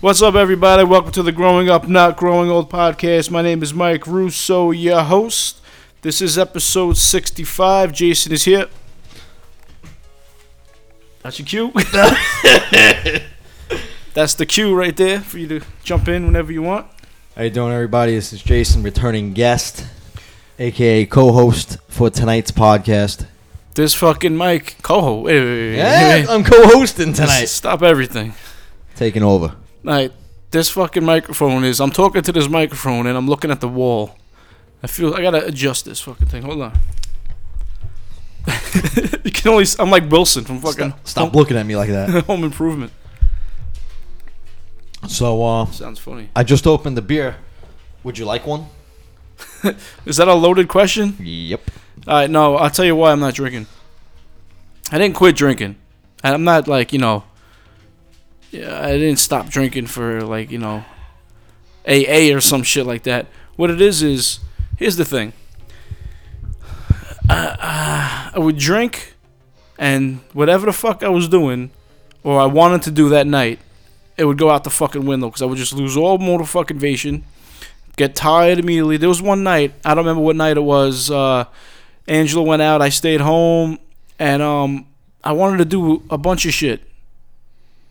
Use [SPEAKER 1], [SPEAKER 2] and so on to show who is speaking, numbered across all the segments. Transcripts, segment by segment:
[SPEAKER 1] What's up, everybody? Welcome to the Growing Up, Not Growing Old podcast. My name is Mike Russo, your host. This is episode 65. Jason is here. That's your cue. That's the cue right there for you to jump in whenever you want.
[SPEAKER 2] How you doing, everybody? This is Jason, returning guest, aka co-host for tonight's podcast.
[SPEAKER 1] This fucking Mike Coho. Wait, wait, wait, wait,
[SPEAKER 2] Yeah,
[SPEAKER 1] wait.
[SPEAKER 2] I'm co-hosting tonight.
[SPEAKER 1] Stop everything.
[SPEAKER 2] Taking over.
[SPEAKER 1] Like this fucking microphone is. I'm talking to this microphone and I'm looking at the wall. I feel I gotta adjust this fucking thing. Hold on. you can only. s- I'm like Wilson from fucking
[SPEAKER 2] Stop, stop looking at me like that.
[SPEAKER 1] Home, Home Improvement.
[SPEAKER 2] So, uh,
[SPEAKER 1] Sounds funny.
[SPEAKER 2] I just opened the beer. Would you like one?
[SPEAKER 1] Is that a loaded question?
[SPEAKER 2] Yep.
[SPEAKER 1] All right, no. I'll tell you why I'm not drinking. I didn't quit drinking, and I'm not like you know. Yeah, I didn't stop drinking for like you know, AA or some shit like that. What it is is, here's the thing. I, I would drink, and whatever the fuck I was doing, or I wanted to do that night, it would go out the fucking window because I would just lose all motivation, get tired immediately. There was one night I don't remember what night it was. Uh, Angela went out. I stayed home, and um, I wanted to do a bunch of shit.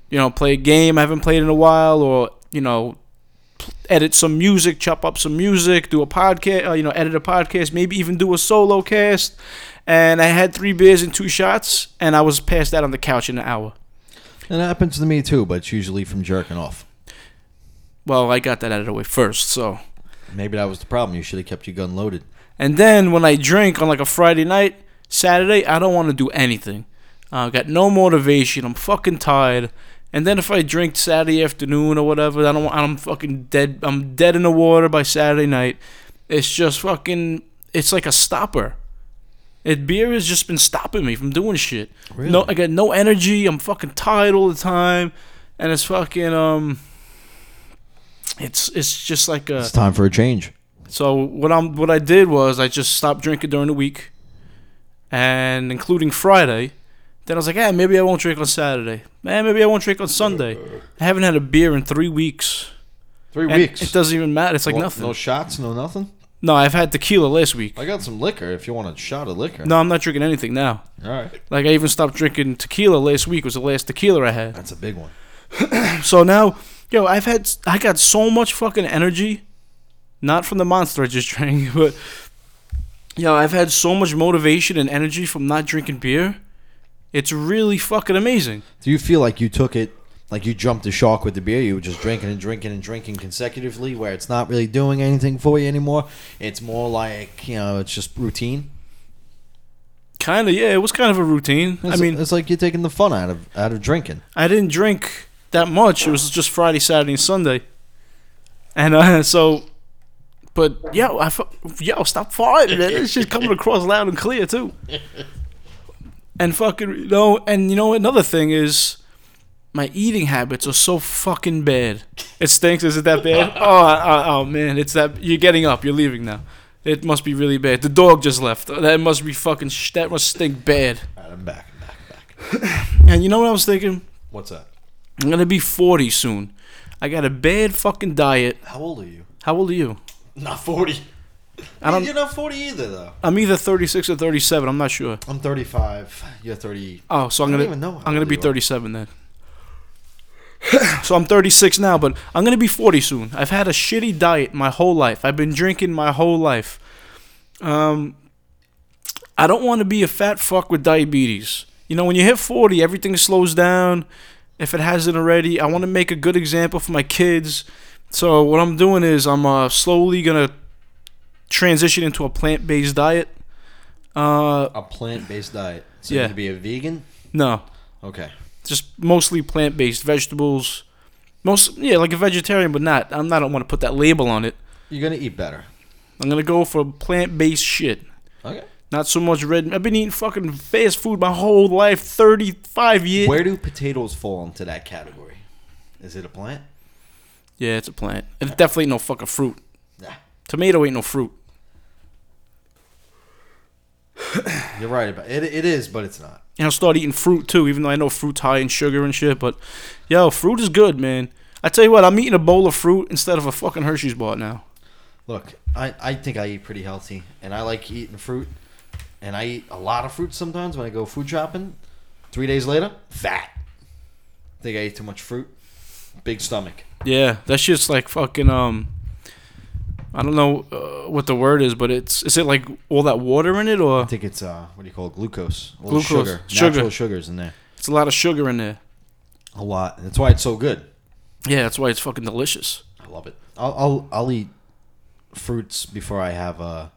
[SPEAKER 1] You know, play a game I haven't played in a while, or you know, pl- edit some music, chop up some music, do a podcast. Uh, you know, edit a podcast, maybe even do a solo cast. And I had three beers and two shots, and I was passed out on the couch in an hour.
[SPEAKER 2] And it happens to me too, but it's usually from jerking off.
[SPEAKER 1] Well, I got that out of the way first, so.
[SPEAKER 2] Maybe that was the problem. You should have kept your gun loaded.
[SPEAKER 1] And then when I drink on like a Friday night, Saturday, I don't want to do anything. I got no motivation. I'm fucking tired. And then if I drink Saturday afternoon or whatever, I don't. wa- I'm fucking dead. I'm dead in the water by Saturday night. It's just fucking. It's like a stopper. It beer has just been stopping me from doing shit. No,
[SPEAKER 2] Really?
[SPEAKER 1] I got no energy. I'm fucking tired all the time, and it's fucking um. It's it's just like a.
[SPEAKER 2] It's time for a change.
[SPEAKER 1] So what I'm what I did was I just stopped drinking during the week, and including Friday. Then I was like, hey, maybe I won't drink on Saturday. Man, maybe I won't drink on Sunday. I haven't had a beer in three weeks.
[SPEAKER 2] Three
[SPEAKER 1] And It doesn't even matter. It's like
[SPEAKER 2] What,
[SPEAKER 1] nothing.
[SPEAKER 2] No shots. No nothing.
[SPEAKER 1] No, I've had tequila last week.
[SPEAKER 2] I got some liquor. If you want a shot of liquor.
[SPEAKER 1] No, I'm not drinking anything now.
[SPEAKER 2] All right.
[SPEAKER 1] Like I even stopped drinking tequila last week. Was the last tequila I had.
[SPEAKER 2] That's a big one.
[SPEAKER 1] So now, yo, I've had I got so much fucking energy, not from the monster I just drank, but yo, I've had so much motivation and energy from not drinking beer. It's really fucking amazing.
[SPEAKER 2] Do you feel like you took it, like you jumped the shark with the beer? You were just drinking and drinking and drinking consecutively, where it's not really doing anything for you anymore. It's more like you know, it's just routine.
[SPEAKER 1] Kind of, yeah. It was kind of a routine. I
[SPEAKER 2] It's-
[SPEAKER 1] mean,
[SPEAKER 2] it's like you're taking the fun out of out of drinking.
[SPEAKER 1] I didn't drink that much. It was just Friday, Saturday, and Sunday, and uh, so. But yo, I fu- yo, stop farting. man. It's just coming across loud and clear too. And fucking you know, and you know another thing is my eating habits are so fucking bad. It stinks. Is it that bad? Oh, I- I- oh man, it's that you're getting up. You're leaving now. It must be really bad. The dog just left. That must be fucking. Sh- that must stink bad.
[SPEAKER 2] All right, I'm back. I'm back. I'm back.
[SPEAKER 1] And you know what I was thinking?
[SPEAKER 2] What's that?
[SPEAKER 1] I'm gonna be 40 soon. I got a bad fucking diet.
[SPEAKER 2] How old are you?
[SPEAKER 1] How old are you?
[SPEAKER 2] Not forty.
[SPEAKER 1] I don't-
[SPEAKER 2] You're not forty either, though.
[SPEAKER 1] I'm either 36 or 37. I'm not sure.
[SPEAKER 2] I'm 35. You're 30.
[SPEAKER 1] Oh, so I'm
[SPEAKER 2] I
[SPEAKER 1] gonna
[SPEAKER 2] don't even know how
[SPEAKER 1] I'm gonna
[SPEAKER 2] old
[SPEAKER 1] be
[SPEAKER 2] you are.
[SPEAKER 1] 37 then. so I'm 36 now, but I'm gonna be 40 soon. I've had a shitty diet my whole life. I've been drinking my whole life. Um, I don't want to be a fat fuck with diabetes. You know, when you hit 40, everything slows down. If it hasn't already, I want to make a good example for my kids. So what I'm doing is I'm uh, slowly gonna transition into a plant-based diet. Uh,
[SPEAKER 2] A plant-based diet. So
[SPEAKER 1] Yeah.
[SPEAKER 2] you're gonna be a vegan.
[SPEAKER 1] no,
[SPEAKER 2] Okay.
[SPEAKER 1] just mostly plant based vegetables. Most yeah, like a vegetarian, but not. I'm not. I don't want to put that label on it.
[SPEAKER 2] You're gonna eat better.
[SPEAKER 1] I'm gonna go for plant based shit.
[SPEAKER 2] Okay.
[SPEAKER 1] Not so much red. I've been eating fucking fast food my whole life, 35 years.
[SPEAKER 2] Where do potatoes fall into that category? Is it a plant?
[SPEAKER 1] Yeah, it's a plant. It's definitely no fucking fruit.
[SPEAKER 2] Nah.
[SPEAKER 1] Tomato ain't no fruit.
[SPEAKER 2] You're right about it. It is, but it's not.
[SPEAKER 1] And I'll start eating fruit too, even though I know fruit's high in sugar and shit. But yo, fruit is good, man. I tell you what, I'm eating a bowl of fruit instead of a fucking Hershey's bar now.
[SPEAKER 2] Look, I, I think I eat pretty healthy, and I like eating fruit, and I eat a lot of fruit sometimes when I go food shopping. Three days later, fat. I think I ate too much fruit. Big stomach.
[SPEAKER 1] Yeah, that shit's like fucking um. I don't know uh, what the word is, but it's is it like all that water in it or
[SPEAKER 2] I think it's uh, what do you call it? glucose? A
[SPEAKER 1] Glucose.
[SPEAKER 2] little sugar,
[SPEAKER 1] Sugar.
[SPEAKER 2] natural sugars in there.
[SPEAKER 1] it's a lot of sugar in there.
[SPEAKER 2] A lot. That's why it's so good.
[SPEAKER 1] Yeah, that's why it's fucking delicious.
[SPEAKER 2] I love it. I'll I'll, I'll eat fruits before I have uh,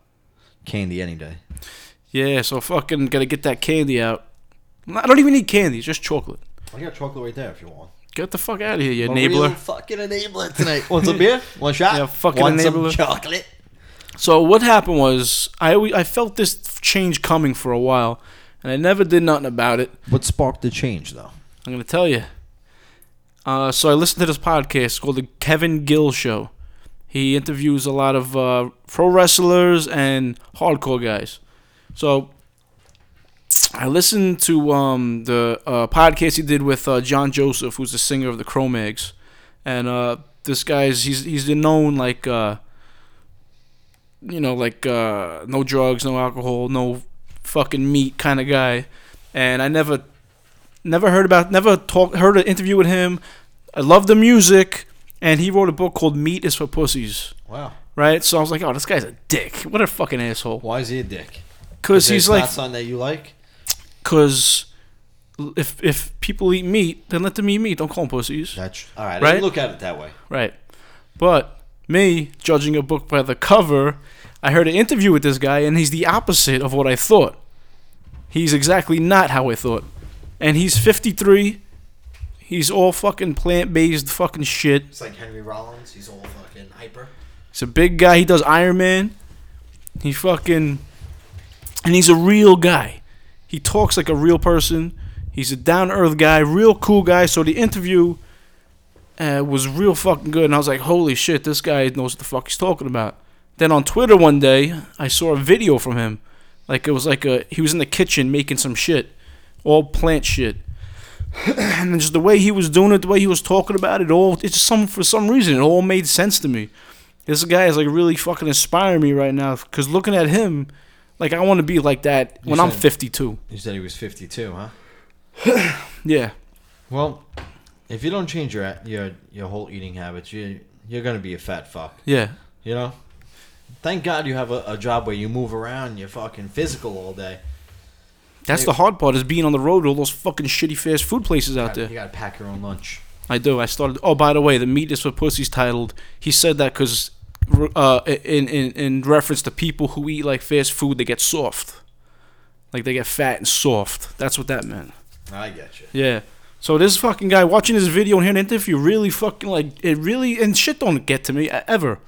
[SPEAKER 2] candy any day.
[SPEAKER 1] Yeah, so fucking gotta get that candy out. I don't even need candy, just chocolate.
[SPEAKER 2] I got chocolate right there if you want.
[SPEAKER 1] Get the fuck out of here, you
[SPEAKER 2] A
[SPEAKER 1] enabler.
[SPEAKER 2] real fucking enabler tonight. Want some beer? One shot?
[SPEAKER 1] Yeah, fucking
[SPEAKER 2] Want
[SPEAKER 1] enabler.
[SPEAKER 2] some chocolate?
[SPEAKER 1] So what happened was I always, I felt this change coming for a while, and I never did nothing about it.
[SPEAKER 2] What sparked the change, though?
[SPEAKER 1] I'm gonna tell you. Uh, so I listened to this podcast called the Kevin Gill Show. He interviews a lot of uh, pro wrestlers and hardcore guys. So I listened to um, the uh, podcast he did with uh, John Joseph, who's the singer of the Chromags, and uh, this guy's he's he's been known like uh, you know like uh, no drugs, no alcohol, no fucking meat kind of guy. And I never never heard about never talk heard an interview with him i love the music and he wrote a book called meat is for pussies
[SPEAKER 2] Wow.
[SPEAKER 1] right so i was like oh this guy's a dick what a fucking asshole
[SPEAKER 2] Why is he a dick?
[SPEAKER 1] because he's like
[SPEAKER 2] something that you like.
[SPEAKER 1] because if if people eat meat then let them eat meat don't call them pussies
[SPEAKER 2] That's all right. I
[SPEAKER 1] Right?
[SPEAKER 2] didn't look at it that way.
[SPEAKER 1] right but me judging a book by the cover i heard an interview with this guy and he's the opposite of what i thought he's exactly not how i thought and he's 53 he's all fucking plant-based fucking shit
[SPEAKER 2] It's like Henry Rollins. He's all fucking hyper.
[SPEAKER 1] He's a big guy. He does Iron Man. He fucking and he's a real guy. He talks like a real person. He's a down to earth guy, real cool guy. So the interview uh, was real fucking good, and I was like, holy shit, this guy knows what the fuck he's talking about. Then on Twitter one day, I saw a video from him. Like it was like a he was in the kitchen making some shit, all plant shit. and then just the way he was doing it, the way he was talking about it, all it's just some for some reason it all made sense to me this guy is like really fucking inspiring me right now because looking at him like i want to be like that
[SPEAKER 2] You
[SPEAKER 1] when i'm
[SPEAKER 2] said-
[SPEAKER 1] 52
[SPEAKER 2] You said he was 52, huh?
[SPEAKER 1] yeah
[SPEAKER 2] Well, if you don't change your your your whole eating habits, you you're gonna be a fat fuck.
[SPEAKER 1] yeah
[SPEAKER 2] You know. Thank God you have a, a job where you move around. You're fucking physical all day.
[SPEAKER 1] that's
[SPEAKER 2] Hey.
[SPEAKER 1] the hard part is being on the road to all those fucking shitty fast food places out
[SPEAKER 2] You
[SPEAKER 1] there
[SPEAKER 2] gotta pack your own lunch.
[SPEAKER 1] i do i started oh by the way the meat is for pussies titled he said that because uh, in, in, in reference to people who eat like fast food they get soft like they get fat and soft that's what that meant
[SPEAKER 2] I get you.
[SPEAKER 1] Yeah. So this fucking guy watching this video and hearing an interview really fucking like it really and shit don't get to me e- ever.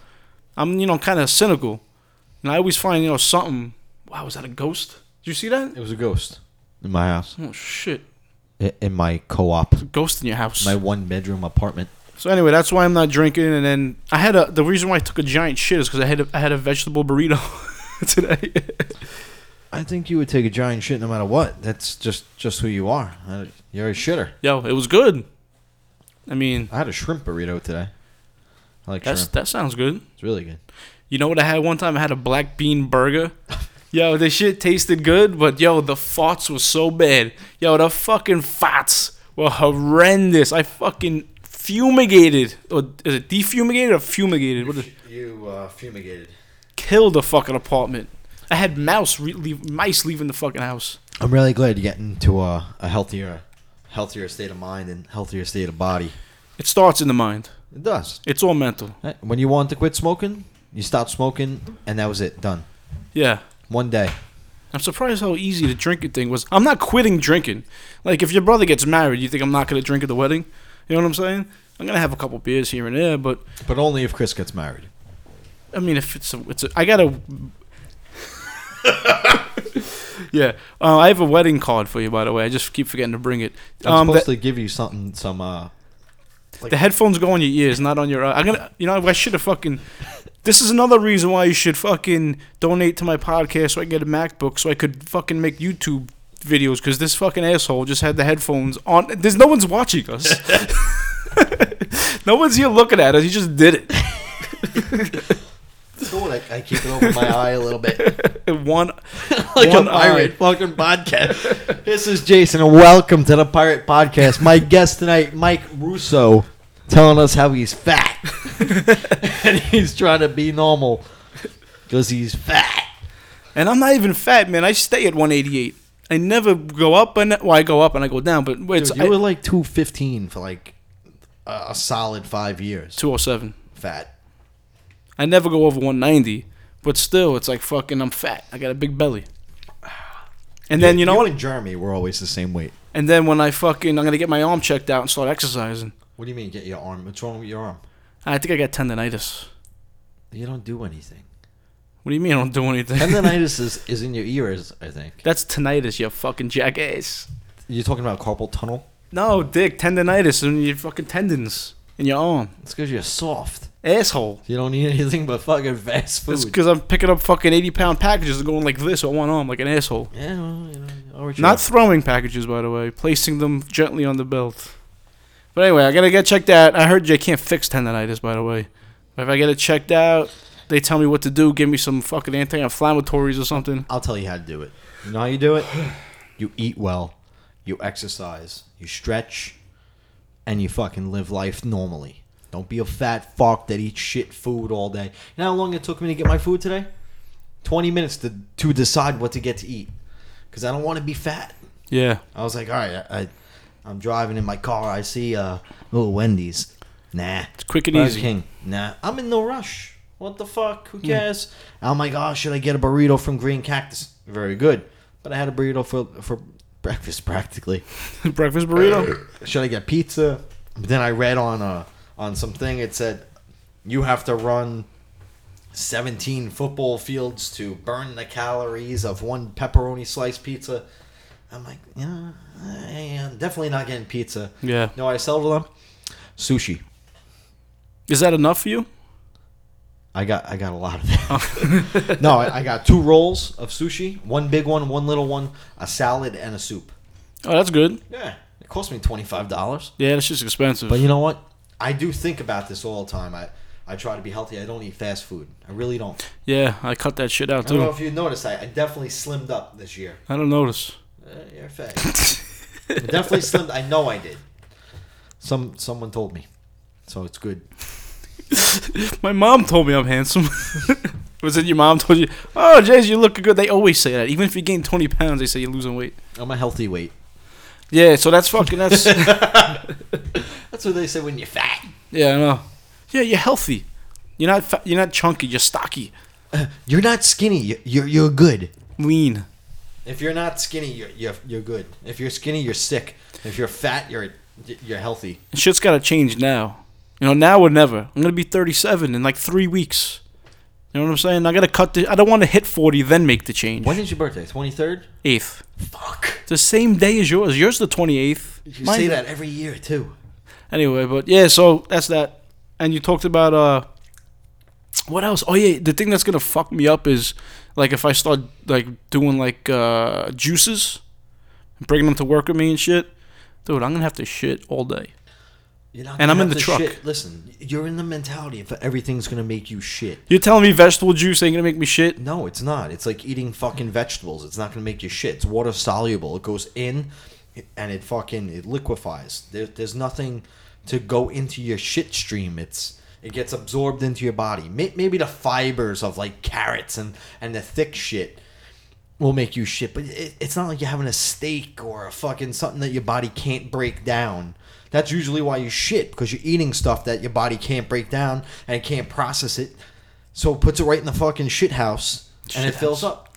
[SPEAKER 1] I'm you know kind of cynical, and I always find you know something. Wow, was that a ghost? Did you see that?
[SPEAKER 2] It was a ghost in my house,
[SPEAKER 1] Oh shit,
[SPEAKER 2] I- in my co-op,
[SPEAKER 1] ghost in your house.
[SPEAKER 2] my one-bedroom apartment.
[SPEAKER 1] so anyway, that's why I'm not drinking. And then I had a the reason why I took a giant shit is because I had a, I had a vegetable burrito today.
[SPEAKER 2] I think you would take a giant shit no matter what. That's just just who you are. I- You're a shitter.
[SPEAKER 1] Yo, it was good. I mean,
[SPEAKER 2] I had a shrimp burrito today. I like
[SPEAKER 1] that's
[SPEAKER 2] shrimp.
[SPEAKER 1] that sounds good.
[SPEAKER 2] It's really good.
[SPEAKER 1] You know what I had one time? I had a black bean burger. Yo, the shit tasted good, but yo, the farts were so bad. Yo, the fucking farts were horrendous. I fucking fumigated. Or is it defumigated or fumigated? What is,
[SPEAKER 2] You uh, fumigated.
[SPEAKER 1] killed the fucking apartment. I had mouse re- leave, mice leaving the fucking house.
[SPEAKER 2] I'm really glad you're getting to a, a healthier, healthier state of mind and healthier state of body.
[SPEAKER 1] It starts in the mind.
[SPEAKER 2] It does.
[SPEAKER 1] It's all mental.
[SPEAKER 2] Right? When you want to quit smoking, you stop smoking, and that was it. Done.
[SPEAKER 1] Yeah.
[SPEAKER 2] One day.
[SPEAKER 1] I'm surprised how easy the drinking thing was. I'm not quitting drinking. Like if your brother gets married, you think I'm not gonna drink at the wedding? You know what I'm saying? I'm gonna have a couple beers here and there, but
[SPEAKER 2] But only if Chris gets married.
[SPEAKER 1] I mean, if it's a, it's a, I gotta. yeah, uh, I have a wedding card for you, by the way. I just keep forgetting to bring it.
[SPEAKER 2] I'm
[SPEAKER 1] Um,
[SPEAKER 2] supposed
[SPEAKER 1] the,
[SPEAKER 2] to give you something, some. Uh,
[SPEAKER 1] the headphones go on your ears, not on your. eye. I'm gonna, you know, I should have fucking. This is another reason why you should fucking donate to my podcast so I can get a MacBook so I could fucking make YouTube videos because this fucking asshole just had the headphones on. There's no one's watching us. No one's here looking at us. He just did it.
[SPEAKER 2] So I, I keep it over my eye a little bit.
[SPEAKER 1] One.
[SPEAKER 2] like
[SPEAKER 1] One
[SPEAKER 2] a pirate fucking podcast. this is Jason, and welcome to the Pirate Podcast. My guest tonight, Mike Russo, telling us how he's fat. and he's trying to be normal because he's fat.
[SPEAKER 1] And I'm not even fat, man. I stay at 188. I never go up and well, I go up and I go down, but it's
[SPEAKER 2] Dude, you
[SPEAKER 1] I-
[SPEAKER 2] were like 215 for like a a solid five years.
[SPEAKER 1] 207.
[SPEAKER 2] Fat.
[SPEAKER 1] I never go over 190, but still, it's like fucking. I'm fat. I got a big belly. And then you know what?
[SPEAKER 2] and Jeremy were always the same weight.
[SPEAKER 1] And then when I fucking, I'm gonna get my arm checked out and start exercising.
[SPEAKER 2] What do you mean, get your arm? What's wrong with your arm?
[SPEAKER 1] I think I got tendonitis.
[SPEAKER 2] You don't do anything.
[SPEAKER 1] What do you mean I don't do anything?
[SPEAKER 2] Tendonitis is, is in your ears, I think.
[SPEAKER 1] That's tinnitus, you fucking jackass.
[SPEAKER 2] You're talking about carpal tunnel?
[SPEAKER 1] No, dick, tendonitis in your fucking tendons in your arm,
[SPEAKER 2] It's because you're soft.
[SPEAKER 1] asshole.
[SPEAKER 2] You don't eat anything but fucking fast
[SPEAKER 1] That's
[SPEAKER 2] food.
[SPEAKER 1] because I'm picking up fucking 80 pound packages and going like this on one arm like an asshole.
[SPEAKER 2] Yeah, well, you know, I'll reach
[SPEAKER 1] Not
[SPEAKER 2] out.
[SPEAKER 1] throwing packages, by the way, placing them gently on the belt. But anyway, I gotta get checked out. I heard you can't fix tendonitis, by the way. But if I get it checked out, they tell me what to do, give me some fucking anti-inflammatories or something.
[SPEAKER 2] I'll tell you how to do it. You know how you do it? You eat well, you exercise, you stretch, and you fucking live life normally. Don't be a fat fuck that eats shit food all day. You know how long it took me to get my food today? 20 minutes to, to decide what to get to eat. Because I don't want to be fat.
[SPEAKER 1] Yeah.
[SPEAKER 2] I was like, all right, I, I, I'm driving in my car. I see uh, little Wendy's. Nah.
[SPEAKER 1] It's quick and
[SPEAKER 2] Burger
[SPEAKER 1] easy.
[SPEAKER 2] King. Nah. I'm in no rush. What the fuck? Who cares? I'm like, oh, should I get a burrito from Green Cactus? Very good. But I had a burrito for, for breakfast practically.
[SPEAKER 1] Breakfast burrito.
[SPEAKER 2] Should I get pizza? Then I read on uh, on something it said you have to run 17 football fields to burn the calories of one pepperoni slice pizza. I'm like, yeah, I am definitely not getting pizza.
[SPEAKER 1] Yeah.
[SPEAKER 2] No, I sell to them sushi.
[SPEAKER 1] Is that enough for you?
[SPEAKER 2] I got I got a lot of that. no, I, I got two rolls of sushi, one big one, one little one, a salad, and a soup.
[SPEAKER 1] Oh, that's good.
[SPEAKER 2] Yeah, it cost me twenty five dollars.
[SPEAKER 1] Yeah, that's just expensive.
[SPEAKER 2] But you know what? I do think about this all the time. I, I try to be healthy. I don't eat fast food. I really don't.
[SPEAKER 1] yeah, I cut that shit out
[SPEAKER 2] I don't know
[SPEAKER 1] too.
[SPEAKER 2] if you noticed. I, I definitely slimmed up this year.
[SPEAKER 1] I don't notice.
[SPEAKER 2] Uh, you're fat. I definitely slimmed. I know I did. Some someone told me, so it's good.
[SPEAKER 1] My mom told me I'm handsome. Was it your mom told you? Oh, Jason, you look good. They always say that. Even if you gain 20 pounds, they say you're losing weight.
[SPEAKER 2] I'm a healthy weight.
[SPEAKER 1] Yeah, so that's fucking. That's
[SPEAKER 2] That's what they say when you're fat.
[SPEAKER 1] yeah, I know. Yeah, you're healthy. You're not fa- you're not chunky. You're stocky,
[SPEAKER 2] You're not skinny. You're you're, you're good.
[SPEAKER 1] lean.
[SPEAKER 2] If you're not skinny, you're, you're you're good. If you're skinny, you're sick. If you're fat, you're you're healthy.
[SPEAKER 1] And shit's gotta change now. You know, now or never. I'm gonna be 37 in like three weeks. You know what I'm saying? I gotta cut the. I don't want to hit 40 then make the change.
[SPEAKER 2] When is your birthday? Twenty third.
[SPEAKER 1] Eighth,
[SPEAKER 2] Fuck.
[SPEAKER 1] the same day as yours. Yours the 28th.
[SPEAKER 2] You
[SPEAKER 1] Mine-
[SPEAKER 2] say that every year too.
[SPEAKER 1] Anyway, but yeah, so that's that. And you talked about uh what else? Oh yeah, the thing that's gonna fuck me up is like if I start like doing like uh juices and bringing them to work with me and shit, dude, I'm gonna have to shit all day.
[SPEAKER 2] You're not
[SPEAKER 1] And
[SPEAKER 2] gonna
[SPEAKER 1] I'm in
[SPEAKER 2] have
[SPEAKER 1] the
[SPEAKER 2] to
[SPEAKER 1] truck.
[SPEAKER 2] Shit. Listen, you're in the mentality of everything's gonna make you shit.
[SPEAKER 1] You're telling me vegetable juice ain't gonna make me shit?
[SPEAKER 2] No, it's not. It's like eating fucking vegetables. It's not gonna make you shit. It's water soluble. It goes in, and it fucking it liquefies. There, there's nothing to go into your shit stream. It's it gets absorbed into your body. May- Maybe the fibers of like carrots and and the thick shit will make you shit. But it, it's not like you're having a steak or a fucking something that your body can't break down. That's usually why you shit because you're eating stuff that your body can't break down and it can't process it. So it puts it right in the fucking shit house and
[SPEAKER 1] Shit
[SPEAKER 2] it fills up.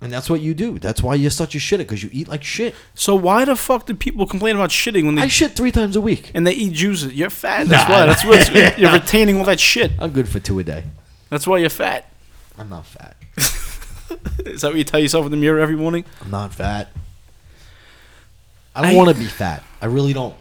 [SPEAKER 2] And that's what you do. That's why you're such a shitter because you eat like shit.
[SPEAKER 1] So why the fuck do people complain about shitting when they
[SPEAKER 2] I shit three times a week.
[SPEAKER 1] and they eat juices? You're fat. That's why. That's what you're retaining all that shit.
[SPEAKER 2] I'm good for two a day.
[SPEAKER 1] That's why you're fat.
[SPEAKER 2] I'm not fat.
[SPEAKER 1] Is that what you tell yourself in the mirror every morning?
[SPEAKER 2] I'm not fat. I don't
[SPEAKER 1] I-
[SPEAKER 2] want to be fat. I really don't. I-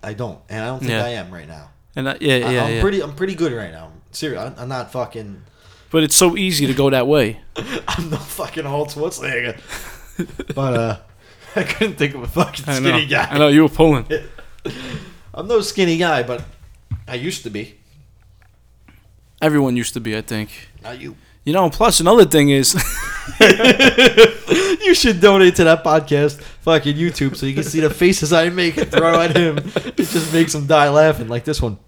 [SPEAKER 2] I don't, and I don't think
[SPEAKER 1] Yeah.
[SPEAKER 2] I am right now.
[SPEAKER 1] And I, yeah,
[SPEAKER 2] I-
[SPEAKER 1] yeah,
[SPEAKER 2] I'm
[SPEAKER 1] yeah.
[SPEAKER 2] pretty. I'm pretty good right now. Seriously, I'm, I'm not fucking.
[SPEAKER 1] But it's so easy to go that way.
[SPEAKER 2] I'm no fucking Holt Schwarzenegger. but uh, I couldn't think of a fucking
[SPEAKER 1] I know.
[SPEAKER 2] skinny
[SPEAKER 1] I
[SPEAKER 2] guy.
[SPEAKER 1] know you were pulling.
[SPEAKER 2] I'm no skinny guy, but I used to be.
[SPEAKER 1] Everyone used to be, I think.
[SPEAKER 2] Not you.
[SPEAKER 1] You know, plus another thing is,
[SPEAKER 2] You should donate to that podcast, fucking YouTube, so you can see the faces I make and throw at him. It just makes him die laughing, like this one.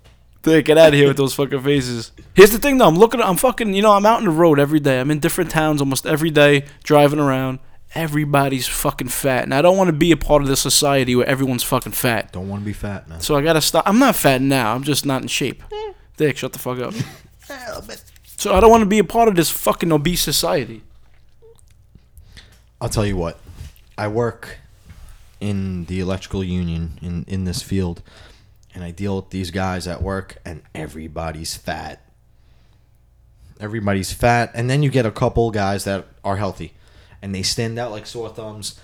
[SPEAKER 1] Dude, get out of here with those fucking faces. Here's the thing, though. I'm looking. I'm fucking. You know, I'm out on the road every day. I'm in different towns almost every day, driving around. Everybody's fucking fat, and I don't want to be a part of this society where everyone's fucking fat.
[SPEAKER 2] Don't want to be fat, man.
[SPEAKER 1] So I gotta stop. I'm not fat now. I'm just not in shape. Dick, shut the fuck up. So I don't want to be a part of this fucking obese society.
[SPEAKER 2] I'll tell you what. I work in the electrical union in, in this field, and I deal with these guys at work, and everybody's fat. Everybody's fat, and then you get a couple guys that are healthy, and they stand out like sore thumbs,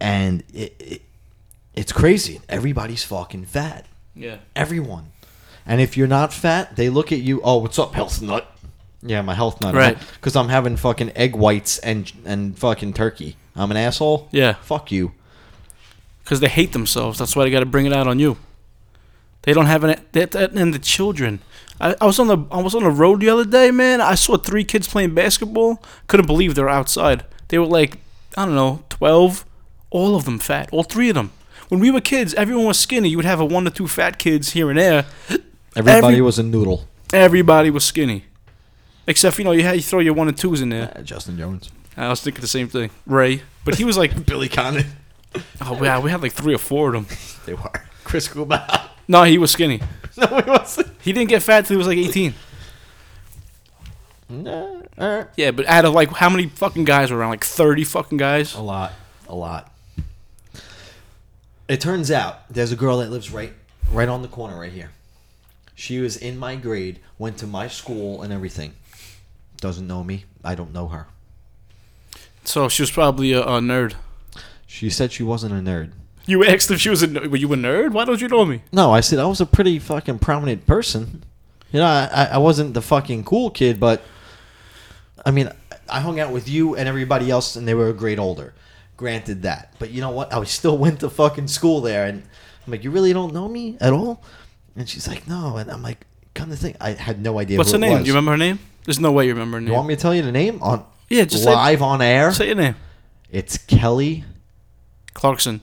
[SPEAKER 2] and it, it it's crazy. Everybody's fucking fat.
[SPEAKER 1] Yeah.
[SPEAKER 2] Everyone. And if you're not fat, they look at you. Oh, what's up, health nut? Yeah, my health nut.
[SPEAKER 1] Right.
[SPEAKER 2] Because I'm having fucking egg whites and and fucking turkey. I'm an asshole.
[SPEAKER 1] Yeah.
[SPEAKER 2] Fuck you.
[SPEAKER 1] Because they hate themselves. That's why they gotta bring it out on you. They don't have an. That, that, and the children. I, I was on the I was on the road the other day, man. I saw three kids playing basketball. Couldn't believe they were outside. They were like, I don't know, twelve. All of them fat. All three of them. When we were kids, everyone was skinny. You would have a one to two fat kids here and there.
[SPEAKER 2] Everybody
[SPEAKER 1] Every-
[SPEAKER 2] was a noodle.
[SPEAKER 1] Everybody was skinny, except you know you had you throw your one and twos in there.
[SPEAKER 2] Uh, Justin Jones.
[SPEAKER 1] I was thinking the same thing, Ray. But he was like,
[SPEAKER 2] Billy Conant.
[SPEAKER 1] oh yeah, we had like three or four of them.
[SPEAKER 2] They were. Chris Kubal.
[SPEAKER 1] No, he was skinny.
[SPEAKER 2] no, he wasn't.
[SPEAKER 1] He didn't get fat till he was like eighteen.
[SPEAKER 2] Nah, uh. alright.
[SPEAKER 1] Yeah, but out of like how many fucking guys were around? Like thirty fucking guys.
[SPEAKER 2] A lot. A lot. It turns out there's a girl that lives right right on the corner right here. She was in my grade, went to my school and everything. Doesn't know me. I don't know her.
[SPEAKER 1] So she was probably a, a nerd.
[SPEAKER 2] She said she wasn't a nerd.
[SPEAKER 1] You asked if she was a nerd. Were you a nerd? Why don't you know me?
[SPEAKER 2] No, I said I was a pretty fucking prominent person. You know, I, I- I wasn't the fucking cool kid, but I mean, I hung out with you and everybody else, and they were a grade older. Granted that, but you know what? I still went to fucking school there, and I'm like, you really don't know me at all. And she's like, no, and I'm like, come to think, I had no idea.
[SPEAKER 1] What's
[SPEAKER 2] who
[SPEAKER 1] her
[SPEAKER 2] it
[SPEAKER 1] name?
[SPEAKER 2] was.
[SPEAKER 1] Do you remember her name? There's no way you remember her name.
[SPEAKER 2] You want me to tell you the name on?
[SPEAKER 1] Yeah, just say-
[SPEAKER 2] live on air.
[SPEAKER 1] Say your name.
[SPEAKER 2] It's Kelly.
[SPEAKER 1] Clarkson.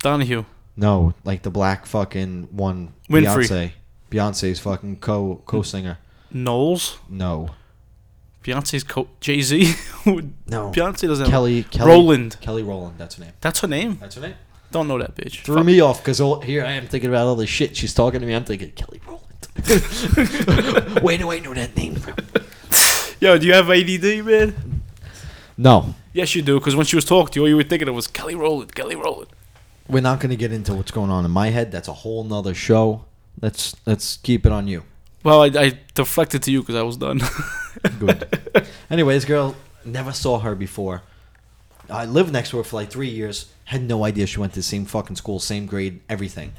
[SPEAKER 1] Donahue.
[SPEAKER 2] No, like the black fucking one.
[SPEAKER 1] Winfrey.
[SPEAKER 2] Beyonce. Beyonce's fucking co co singer.
[SPEAKER 1] Knowles.
[SPEAKER 2] No.
[SPEAKER 1] Beyonce's co- Jay Z.
[SPEAKER 2] No.
[SPEAKER 1] Beyonce doesn't.
[SPEAKER 2] Kelly, Kelly
[SPEAKER 1] Roland.
[SPEAKER 2] Kelly Roland. That's her name.
[SPEAKER 1] That's her name.
[SPEAKER 2] That's her name.
[SPEAKER 1] Don't know that bitch.
[SPEAKER 2] Threw
[SPEAKER 1] Fuck.
[SPEAKER 2] me off because here I am thinking about all the shit she's talking to me. I'm thinking Kelly Roland. Where do I know that name from?
[SPEAKER 1] Yo, do you have ADD, man?
[SPEAKER 2] No,
[SPEAKER 1] Yes, you do. Because when she was talking to you, all you were thinking of was Kelly Rowland. Kelly Rowland.
[SPEAKER 2] we're not going to get into what's going on in my head. That's a whole nother show. Let's let's keep it on you.
[SPEAKER 1] Well, I, I deflected to you because I was done.
[SPEAKER 2] Good. anyway, this girl never saw her before. I lived next to her for like three years. Had no idea she went to the same fucking school, same grade, everything.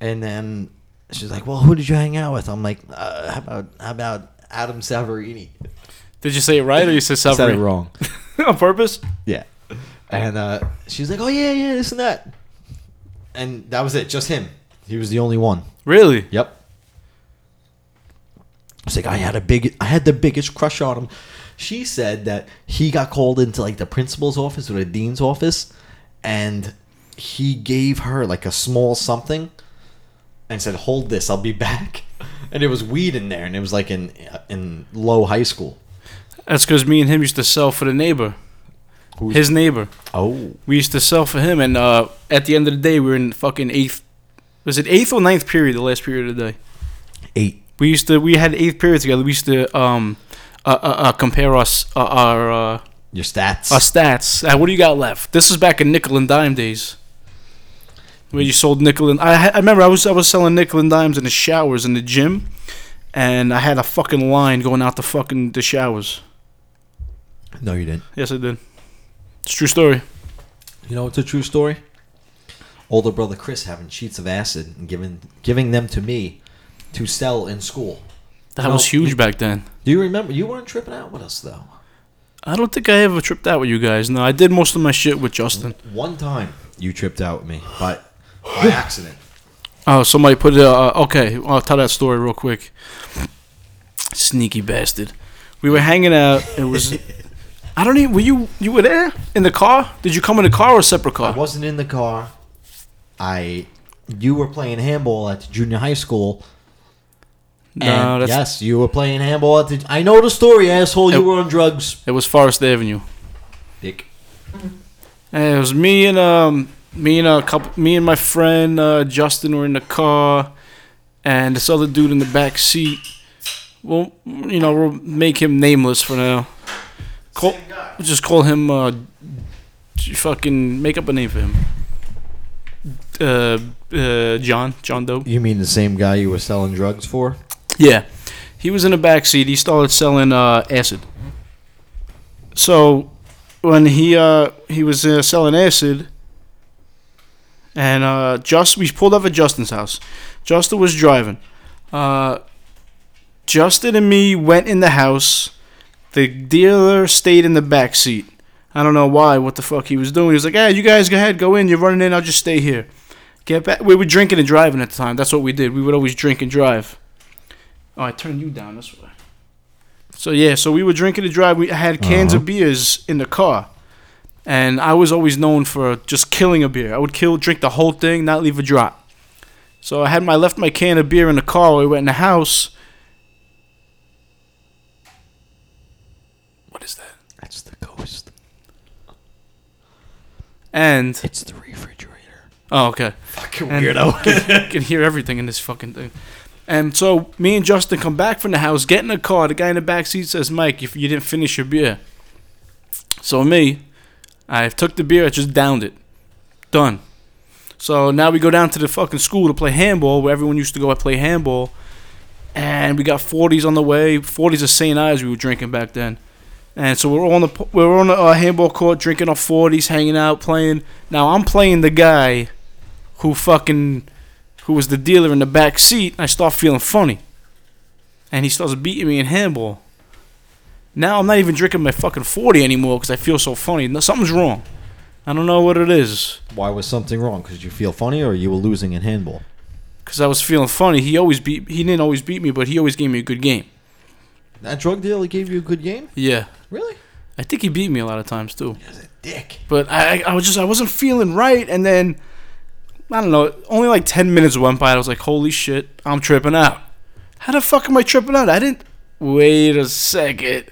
[SPEAKER 2] And then she's like, "Well, who did you hang out with?" I'm like, uh, "How about how about Adam Savarini?"
[SPEAKER 1] Did you say it right or you said
[SPEAKER 2] I said
[SPEAKER 1] something
[SPEAKER 2] it wrong.
[SPEAKER 1] on purpose?
[SPEAKER 2] yeah. And uh, she's like, "Oh yeah, yeah, this and that," and that was it. Just him. He was the only one.
[SPEAKER 1] Really?
[SPEAKER 2] Yep. It's like I had a big, I had the biggest crush on him. She said that he got called into like the principal's office or the dean's office, and he gave her like a small something, and said, "Hold this, I'll be back." And it was weed in there, and it was like in uh, in low high school.
[SPEAKER 1] That's because me and him used to sell for the neighbor.
[SPEAKER 2] Who's-
[SPEAKER 1] His neighbor.
[SPEAKER 2] Oh,
[SPEAKER 1] We used to sell for him, and uh, at the end of the day, we were in fucking eighth. Was it eighth or ninth period? The last period of the day.
[SPEAKER 2] eight.
[SPEAKER 1] We used to. We had eighth period together. We used to um, uh, uh, uh, compare us uh, our uh,
[SPEAKER 2] Your stats.
[SPEAKER 1] our stats. Uh, what do you got left? This is back in nickel and dime days. Where you sold nickel and I, had- I remember I was I was selling nickel and dimes in the showers in the gym, and I had a fucking line going out the fucking the showers.
[SPEAKER 2] No, you didn't.
[SPEAKER 1] Yes, I did. It's a true story.
[SPEAKER 2] You know, it's a true story. Older brother Chris having sheets of acid and giving giving them to me to sell in school.
[SPEAKER 1] That
[SPEAKER 2] No,
[SPEAKER 1] was huge back then.
[SPEAKER 2] Do you remember? You weren't tripping out with us though.
[SPEAKER 1] I don't think I ever tripped out with you guys. No, I did most of my shit with Justin.
[SPEAKER 2] One time you tripped out with me, but by accident.
[SPEAKER 1] Oh, somebody put it. Uh, okay, I'll tell that story real quick. Sneaky bastard. We were hanging out. It was. I don't even. Were you? You were there in the car? Did you come in the car or a separate
[SPEAKER 2] I
[SPEAKER 1] car?
[SPEAKER 2] wasn't in the car. I you were playing handball at the junior high school.
[SPEAKER 1] no,
[SPEAKER 2] and
[SPEAKER 1] that's.
[SPEAKER 2] yes, you were playing handball at the. I know the story, asshole. You
[SPEAKER 1] It-
[SPEAKER 2] were on drugs,
[SPEAKER 1] It was Forest Avenue.
[SPEAKER 2] dick.
[SPEAKER 1] And it was me and um me and a couple me and my friend uh, Justin were in the car, and this other dude in the back seat. Well, you know we'll make him nameless for now. Call, just call him. Uh, j- fucking make up a name for him. Uh, uh, John, John Doe.
[SPEAKER 2] You mean the same guy you were selling drugs for?
[SPEAKER 1] Yeah, he was in the back seat. He started selling uh, acid. So when he uh, he was uh, selling acid, and uh, just we pulled up at Justin's house. Justin was driving. Uh, Justin and me went in the house. The dealer stayed in the back seat. I don't know why. What the fuck he was doing? He was like, "Hey, you guys go ahead, go in. You're running in. I'll just stay here." Get back. We were drinking and driving at the time. That's what we did. We would always drink and drive. Oh, I turned you down this way. So yeah, so we were drinking and drive. We had cans of beers in the car, and I was always known for just killing a beer. I would kill, drink the whole thing, not leave a drop. So I had my left my can of beer in the car. We went in the house. What is that?
[SPEAKER 2] That's the ghost.
[SPEAKER 1] And
[SPEAKER 2] It's the refrigerator.
[SPEAKER 1] oh, okay.
[SPEAKER 2] Fucking
[SPEAKER 1] And-
[SPEAKER 2] weirdo.
[SPEAKER 1] can hear everything in this fucking thing. And so me and Justin come back from the house, get in the car. The guy in the back seat says, "Mike, if you didn't finish your beer." So me, I took the beer, I just downed it. Done. So now we go down to the fucking school to play handball, where everyone used to go and play handball. And we got 40s on the way. 40s of St. Ives we were drinking back then. And so we're on the p- we're on the uh, handball court drinking our 40s, hanging out, playing. Now I'm playing the guy who fucking who was the dealer in the back seat, I start feeling funny. And he starts beating me in handball. Now I'm not even drinking my fucking 40 anymore because I feel so funny. No, something's wrong. I don't know what it is.
[SPEAKER 2] Why was something wrong? Because you feel funny, or you were losing in handball?
[SPEAKER 1] Because I was feeling funny. He always beat. He didn't always beat me, but he always gave me a good game.
[SPEAKER 2] That drug dealer gave you a good game.
[SPEAKER 1] Yeah,
[SPEAKER 2] Really?
[SPEAKER 1] I think he beat me a lot of times too.
[SPEAKER 2] He was a dick.
[SPEAKER 1] But I, I was just, I wasn't feeling right. And then, I don't know, only like 10 minutes went by. And I was like, holy shit, I'm tripping out. How the fuck am I tripping out? I didn't. Wait a second.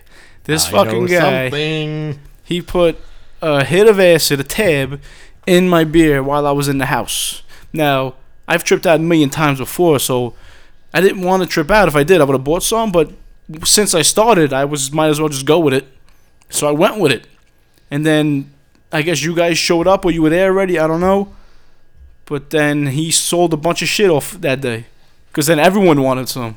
[SPEAKER 1] This
[SPEAKER 2] I
[SPEAKER 1] fucking
[SPEAKER 2] Ah, know
[SPEAKER 1] guy,
[SPEAKER 2] Something.
[SPEAKER 1] he put a hit of acid, a tab, in my beer while I was in the house. Now, I've tripped out a million times before, so I didn't want to trip out. If I did, I would have bought some, but since I started, I was might as well just go with it. So I went with it. And then I guess you guys showed up or you were there already, I don't know. But then he sold a bunch of shit off that day. Cuz then everyone wanted some.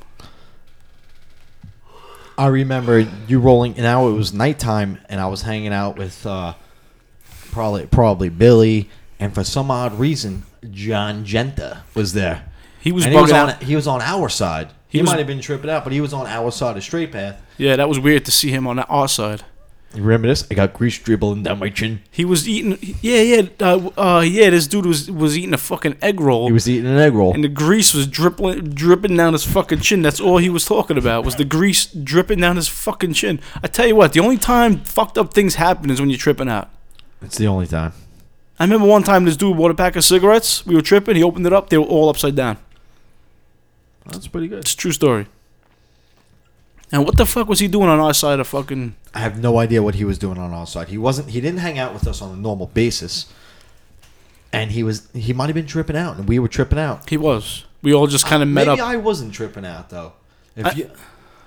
[SPEAKER 2] I remember you rolling. Now it was nighttime, and I was hanging out with uh, probably probably Billy, and for some odd reason, John Genta was there.
[SPEAKER 1] He was
[SPEAKER 2] And
[SPEAKER 1] bugging
[SPEAKER 2] he was on
[SPEAKER 1] out.
[SPEAKER 2] he was on our side.
[SPEAKER 1] He
[SPEAKER 2] He,
[SPEAKER 1] was-
[SPEAKER 2] might have been tripping out, but he was on our side of straight path.
[SPEAKER 1] Yeah, that was weird to see him on our side.
[SPEAKER 2] You remember this? I got grease dribbling down my chin.
[SPEAKER 1] He was eating. Yeah, yeah, uh, uh, yeah. This dude was was eating a fucking egg roll,
[SPEAKER 2] He was eating an egg roll.
[SPEAKER 1] and the grease was dripping dripping down his fucking chin. That's all he was talking about was the grease dripping down his fucking chin. I tell you what, the only time fucked up things happen is when you're tripping out.
[SPEAKER 2] It's the only time.
[SPEAKER 1] I remember one time this dude bought a pack of cigarettes. We were tripping. He opened it up. They were all upside down.
[SPEAKER 2] That's pretty good.
[SPEAKER 1] It's a true story. And what the fuck was he doing on our side of fucking?
[SPEAKER 2] I have no idea what he was doing on our side. He wasn't. He didn't hang out with us on a normal basis. And he was. He might have been tripping out, and we were tripping out.
[SPEAKER 1] He was. We all just kind of met
[SPEAKER 2] Maybe
[SPEAKER 1] up.
[SPEAKER 2] I wasn't tripping out though. If
[SPEAKER 1] I-
[SPEAKER 2] you,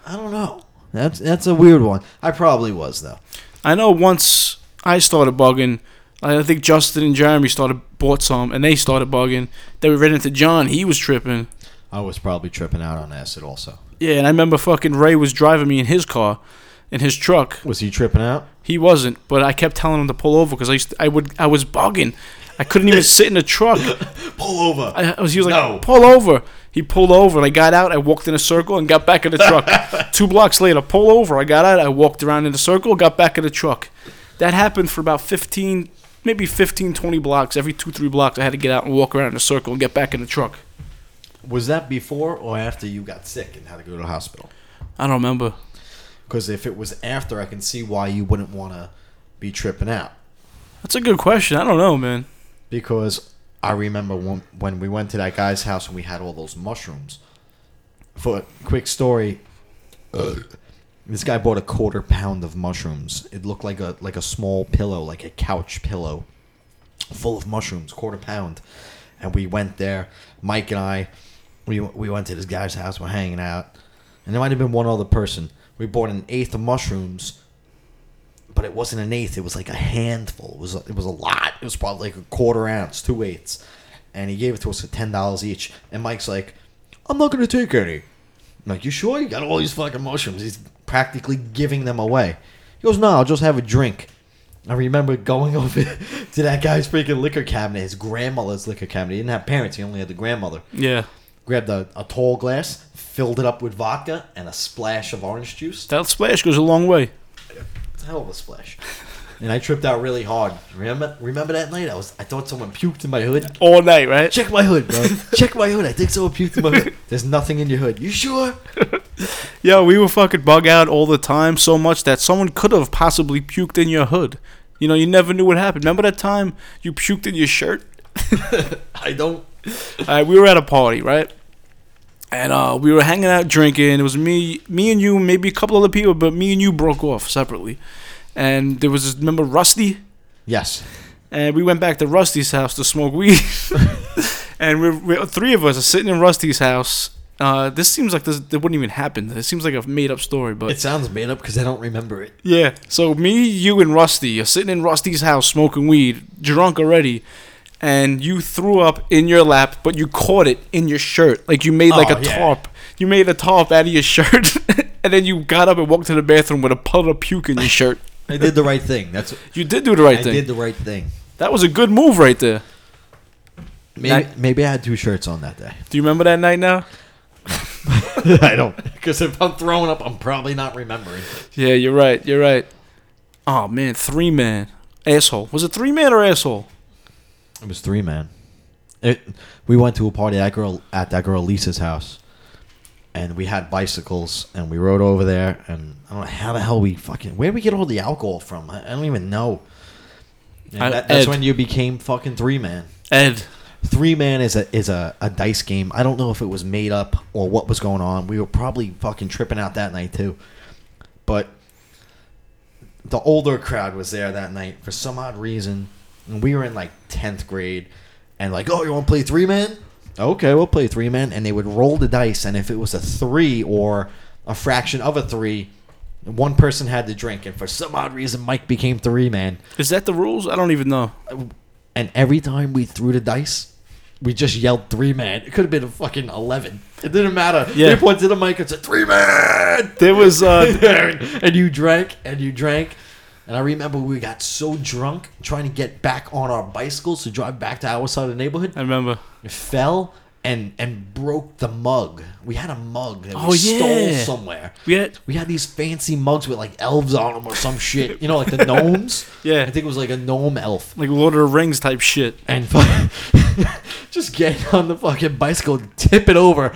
[SPEAKER 2] I don't know. That's that's a weird one. I probably was though.
[SPEAKER 1] I know once I started bugging, I think Justin and Jeremy started bought some, and they started bugging. Then we ran into John; he was tripping.
[SPEAKER 2] I was probably tripping out on acid also.
[SPEAKER 1] Yeah, and I remember fucking Ray was driving me in his car, in his truck.
[SPEAKER 2] Was he tripping out?
[SPEAKER 1] He wasn't, but I kept telling him to pull over because I used to, I would I was bugging. I couldn't even sit in the truck.
[SPEAKER 2] Pull over.
[SPEAKER 1] I, I was he was like
[SPEAKER 2] No.
[SPEAKER 1] pull over. He pulled over. I got out. I walked in a circle and got back in the truck. Two blocks later, pull over. I got out. I walked around in a circle. Got back in the truck. That happened for about 15, maybe 15, 20 blocks. Every two, three blocks, I had to get out and walk around in a circle and get back in the truck.
[SPEAKER 2] Was that before or after you got sick and had to go to the hospital?
[SPEAKER 1] I don't remember.
[SPEAKER 2] Because if it was after, I can see why you wouldn't want to be tripping out.
[SPEAKER 1] That's a good question. I don't know, man.
[SPEAKER 2] Because I remember when, when we went to that guy's house and we had all those mushrooms. For a quick story, uh, this guy bought a quarter pound of mushrooms. It looked like a like a small pillow, like a couch pillow, full of mushrooms, quarter pound. And we went there. Mike and I, we we went to this guy's house. We're hanging out, and there might have been one other person. We bought an eighth of mushrooms, but it wasn't an eighth. It was like a handful. It was it was a lot. It was probably like a quarter ounce, two eighths. And he gave it to us for ten dollars each. And Mike's like, "I'm not gonna take any." I'm like, "You sure? You got all these fucking mushrooms." He's practically giving them away. He goes, "No, I'll just have a drink." I remember going over to that guy's freaking liquor cabinet, his grandmother's liquor cabinet. He didn't have parents; he only had the grandmother
[SPEAKER 1] Yeah,
[SPEAKER 2] grabbed a, a tall glass, filled it up with vodka and a splash of orange juice.
[SPEAKER 1] that splash goes a long way.
[SPEAKER 2] It's a hell of a splash. And I tripped out really hard. Remember, remember that night? I was, I thought someone puked in my hood.
[SPEAKER 1] All night, right?
[SPEAKER 2] Check my hood, bro. Check my hood. I think someone puked in my hood. There's nothing in your hood. You sure?
[SPEAKER 1] Yeah, we were fucking bug out all the time so much that someone could have possibly puked in your hood. You know, you never knew what happened. Remember that time you puked in your shirt?
[SPEAKER 2] I don't.
[SPEAKER 1] All right, we were at a party, right? And uh, we were hanging out drinking. It was me, me and you, maybe a couple other people, but me and you broke off separately. And there was this, remember Rusty?
[SPEAKER 2] Yes.
[SPEAKER 1] And we went back to Rusty's house to smoke weed. and we're, we're three of us are sitting in Rusty's house. Uh, this seems like this. It wouldn't even happen. It seems like a made up story, but
[SPEAKER 2] It sounds made up because I don't remember it.
[SPEAKER 1] yeah. So me, you, and Rusty are sitting in Rusty's house smoking weed, drunk already, and you threw up in your lap, but you caught it in your shirt. Like you made like
[SPEAKER 2] Oh,
[SPEAKER 1] a
[SPEAKER 2] yeah.
[SPEAKER 1] tarp. You made a tarp out of your shirt, and then you got up and walked to the bathroom with a puddle of puke in your shirt.
[SPEAKER 2] I did the right thing. That's.
[SPEAKER 1] You did do the right
[SPEAKER 2] I
[SPEAKER 1] thing.
[SPEAKER 2] did the right thing.
[SPEAKER 1] That was a good move right there.
[SPEAKER 2] Maybe, maybe I had two shirts on that day.
[SPEAKER 1] Do you remember that night now?
[SPEAKER 2] I don't. Because if I'm throwing up, I'm probably not remembering.
[SPEAKER 1] Yeah, you're right. You're right. Oh man, three man asshole. Was it three man or asshole?
[SPEAKER 2] It was three man. It, we went to a party at that girl at that girl Lisa's house, and we had bicycles and we rode over there. And I don't know how the hell we fucking where did we get all the alcohol from? I, I don't even know. And
[SPEAKER 1] I-
[SPEAKER 2] that, that's
[SPEAKER 1] Ed.
[SPEAKER 2] when you became fucking three man.
[SPEAKER 1] Ed.
[SPEAKER 2] Three man is a is a, a dice game. I don't know if it was made up or what was going on. We were probably fucking tripping out that night too. But the older crowd was there that night for some odd reason. And we were in like tenth grade and like, oh you wanna play three man? Okay, we'll play three man and they would roll the dice and if it was a three or a fraction of a three, one person had to drink and for some odd reason Mike became three man
[SPEAKER 1] Is that the rules? I don't even know.
[SPEAKER 2] and every time we threw the dice, we just yelled three man. It could have been a fucking eleven. It didn't matter.
[SPEAKER 1] Yeah.
[SPEAKER 2] They pointed to the mic and said three man.
[SPEAKER 1] There was uh
[SPEAKER 2] and you drank and you drank. And I remember we got so drunk trying to get back on our bicycles to drive back to our side of the neighborhood.
[SPEAKER 1] I remember.
[SPEAKER 2] Fell and and broke the mug. We had a mug that we
[SPEAKER 1] Oh,
[SPEAKER 2] stole
[SPEAKER 1] yeah.
[SPEAKER 2] somewhere.
[SPEAKER 1] We had
[SPEAKER 2] We had these fancy mugs with like elves on them or some shit. You know, like the gnomes.
[SPEAKER 1] Yeah.
[SPEAKER 2] I think it was like a gnome elf
[SPEAKER 1] like Lord of the Rings type shit.
[SPEAKER 2] and fu- just get on the fucking bicycle, tip it over,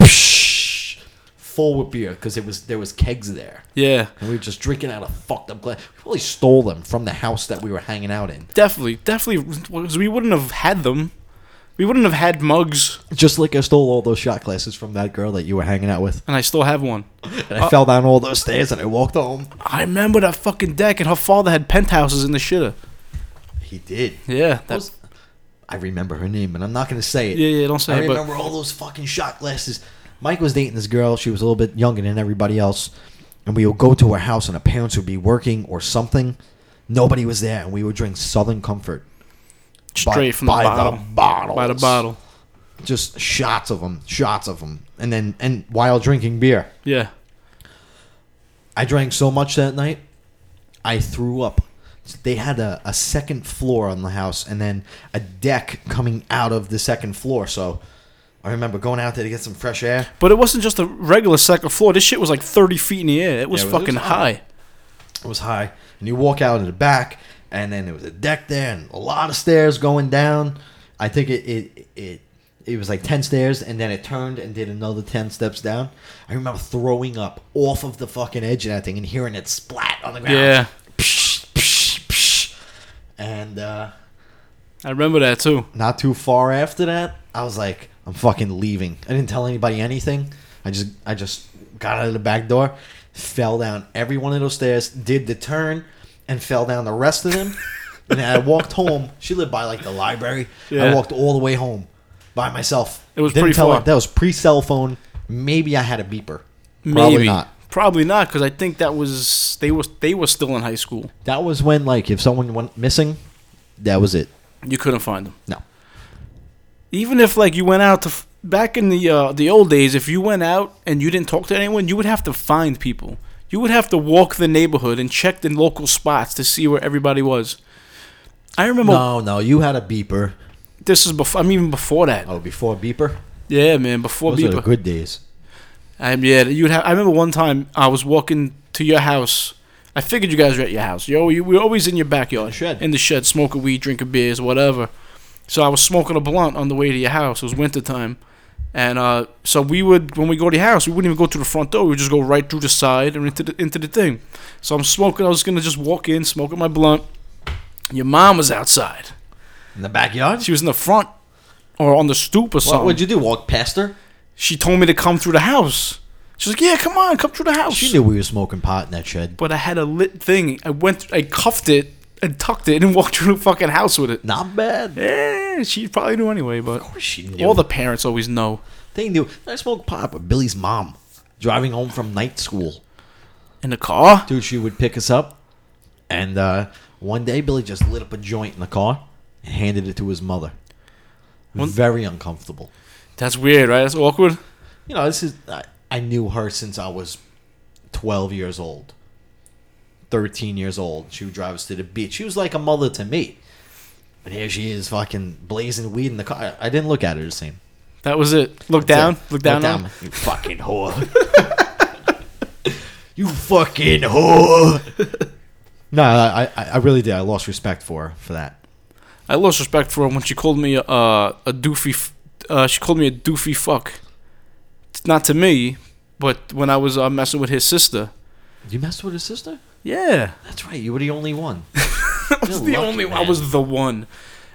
[SPEAKER 2] psh, full with beer because it was there was kegs there,
[SPEAKER 1] Yeah.
[SPEAKER 2] and we were just drinking out of fucked up glass. We probably stole them from the house that we were hanging out in,
[SPEAKER 1] Definitely, definitely, because we wouldn't have had them. We wouldn't have had mugs,
[SPEAKER 2] just like I stole all those shot glasses from that girl that you were hanging out with.
[SPEAKER 1] and I still have one.
[SPEAKER 2] And I fell down all those stairs and I walked home.
[SPEAKER 1] I remember that fucking deck, and her father had penthouses in the shitter.
[SPEAKER 2] He did.
[SPEAKER 1] Yeah, that
[SPEAKER 2] was- I remember her name, and I'm not gonna say it.
[SPEAKER 1] Yeah, yeah, don't say
[SPEAKER 2] I
[SPEAKER 1] it, but-
[SPEAKER 2] remember all those fucking shot glasses. Mike was dating this girl. She was a little bit younger than everybody else, and we would go to her house, and her parents would be working or something. Nobody was there, and we would drink Southern Comfort,
[SPEAKER 1] straight from the
[SPEAKER 2] by the
[SPEAKER 1] bottle.
[SPEAKER 2] bottles.
[SPEAKER 1] By the bottle.
[SPEAKER 2] just shots of them, shots of them, and then and while drinking beer,
[SPEAKER 1] Yeah.
[SPEAKER 2] I drank so much that night, I threw up. They had a, a second floor on the house and then a deck coming out of the second floor. So I remember going out there to get some fresh air.
[SPEAKER 1] But it wasn't just a regular second floor. This shit was like 30 feet in the air. It was
[SPEAKER 2] it was- it
[SPEAKER 1] fucking
[SPEAKER 2] was high.
[SPEAKER 1] high.
[SPEAKER 2] It was high. And you walk out in the back, and then there was a deck there and a lot of stairs going down. I think it, it, it it was like 10 stairs and then it turned and did another 10 steps down. I remember throwing up off of the fucking edge of that thing and hearing it splat on the ground.
[SPEAKER 1] Yeah.
[SPEAKER 2] Psh, psh, psh. And uh,
[SPEAKER 1] I remember that too.
[SPEAKER 2] not too far after that, I was like, I'm fucking leaving. I didn't tell anybody anything. I just I just got out of the back door, fell down every one of those stairs, did the turn, and fell down the rest of them. and I walked home. She lived by like the library.
[SPEAKER 1] Yeah.
[SPEAKER 2] I walked all the way home by myself.
[SPEAKER 1] It was
[SPEAKER 2] Didn't
[SPEAKER 1] pretty
[SPEAKER 2] tell her-
[SPEAKER 1] far.
[SPEAKER 2] That was pre cell phone. Maybe I had a beeper.
[SPEAKER 1] Maybe.
[SPEAKER 2] Probably not.
[SPEAKER 1] Probably not, because I think that was they was they were still in high school.
[SPEAKER 2] That was when like if someone went missing, that was it.
[SPEAKER 1] You couldn't find them.
[SPEAKER 2] No.
[SPEAKER 1] Even if like you went out to f- back in the uh, the old days, if you went out and you didn't talk to anyone, you would have to find people. You would have to walk the neighborhood and check the local spots to see where everybody was. I remember
[SPEAKER 2] No, no, you had a beeper.
[SPEAKER 1] this is before. I'm even before that.
[SPEAKER 2] Oh, before beeper?
[SPEAKER 1] Yeah, man. Before
[SPEAKER 2] Those are the
[SPEAKER 1] Bieber.
[SPEAKER 2] good days.
[SPEAKER 1] Um, yeah, you'd have. I remember one time I was walking to your house. I figured you guys were at your house. Yo, you were always in your backyard,
[SPEAKER 2] In the shed.
[SPEAKER 1] in the shed, smoking weed, drinking beers, whatever. So I was smoking a blunt on the way to your house. It was winter time, and uh, so we would when we go to your house, we wouldn't even go through the front door. We would just go right through the side and into the into the thing. So I'm smoking. I was gonna just walk in, smoking my blunt. Your mom was outside.
[SPEAKER 2] In the backyard?
[SPEAKER 1] She was in the front or on the stoop or something.
[SPEAKER 2] What would you do? Walk past her?
[SPEAKER 1] she told me to come through the house. She's like, "Yeah, come on, come through the house."
[SPEAKER 2] She knew we were smoking pot in that shed.
[SPEAKER 1] but I had a lit thing. I went, I cuffed it and tucked it and walked through the fucking house with it.
[SPEAKER 2] Not bad.
[SPEAKER 1] Eh, she probably knew anyway, but
[SPEAKER 2] Of course she knew.
[SPEAKER 1] all the parents always know.
[SPEAKER 2] they knew. I smoked pot with Billy's mom, driving home from night school.
[SPEAKER 1] In the car?
[SPEAKER 2] Dude, she would pick us up, and uh, one day Billy just lit up a joint in the car and handed it to his mother. Very uncomfortable.
[SPEAKER 1] That's weird, right? That's awkward.
[SPEAKER 2] You know, this is I, I knew her since I was twelve years old, thirteen years old. She would drive us to the beach. She was like a mother to me. But here she is, fucking blazing weed in the car. I, I didn't look at her the same.
[SPEAKER 1] That was it. Look down.
[SPEAKER 2] Yeah.
[SPEAKER 1] Look down. now.
[SPEAKER 2] You fucking whore. you fucking whore. no, I, I, I really did. I lost respect for her for that.
[SPEAKER 1] I lost respect for her when she called me a, a, a doofy. F- uh, she called me a doofy fuck. Not to me, but when I was uh, messing with his sister.
[SPEAKER 2] You messed with her sister?
[SPEAKER 1] Yeah.
[SPEAKER 2] That's right. You were the only one.
[SPEAKER 1] I was
[SPEAKER 2] You're
[SPEAKER 1] the
[SPEAKER 2] lucky,
[SPEAKER 1] only one. I
[SPEAKER 2] man.
[SPEAKER 1] was the one.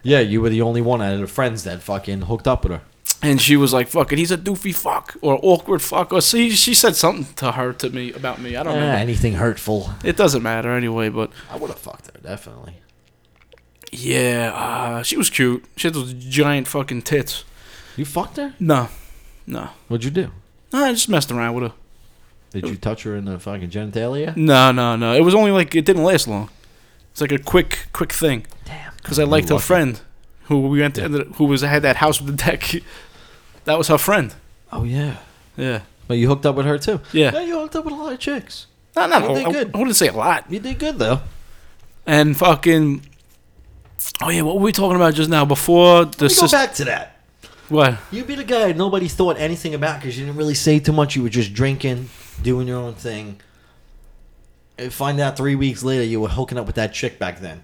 [SPEAKER 2] yeah, you were the only one out of the friends that fucking hooked up with her.
[SPEAKER 1] And she was like, "Fucking, he's a doofy fuck or awkward fuck." Or she she said something to her to me about me. I don't
[SPEAKER 2] Eh,
[SPEAKER 1] know.
[SPEAKER 2] anything hurtful.
[SPEAKER 1] It doesn't matter anyway. But
[SPEAKER 2] I would have fucked her, definitely.
[SPEAKER 1] yeah, uh, she was cute. She had those giant fucking tits.
[SPEAKER 2] You fucked her?
[SPEAKER 1] No, no,
[SPEAKER 2] What'd you do?
[SPEAKER 1] no. I just messed around with her.
[SPEAKER 2] Did you touch her in the fucking genitalia?
[SPEAKER 1] No, no, no. It was only like it didn't last long. It's like a quick, quick thing.
[SPEAKER 2] Damn.
[SPEAKER 1] Because I liked her
[SPEAKER 2] lucky.
[SPEAKER 1] friend, who we went to, who was had that house with the deck. that was her friend.
[SPEAKER 2] Oh yeah.
[SPEAKER 1] Yeah,
[SPEAKER 2] But you hooked up with her too.
[SPEAKER 1] Yeah.
[SPEAKER 2] Yeah, you hooked up with a lot of chicks.
[SPEAKER 1] no, no.
[SPEAKER 2] Well, they
[SPEAKER 1] I, I
[SPEAKER 2] good.
[SPEAKER 1] wouldn't say a lot.
[SPEAKER 2] You did good though.
[SPEAKER 1] and fucking. Oh yeah, what were we talking about just now? Before the
[SPEAKER 2] Let me go
[SPEAKER 1] sister,
[SPEAKER 2] back to that.
[SPEAKER 1] what?
[SPEAKER 2] You be the guy nobody thought anything about because you didn't really say too much. You were just drinking, doing your own thing. And find out three weeks later you were hooking up with that chick back then.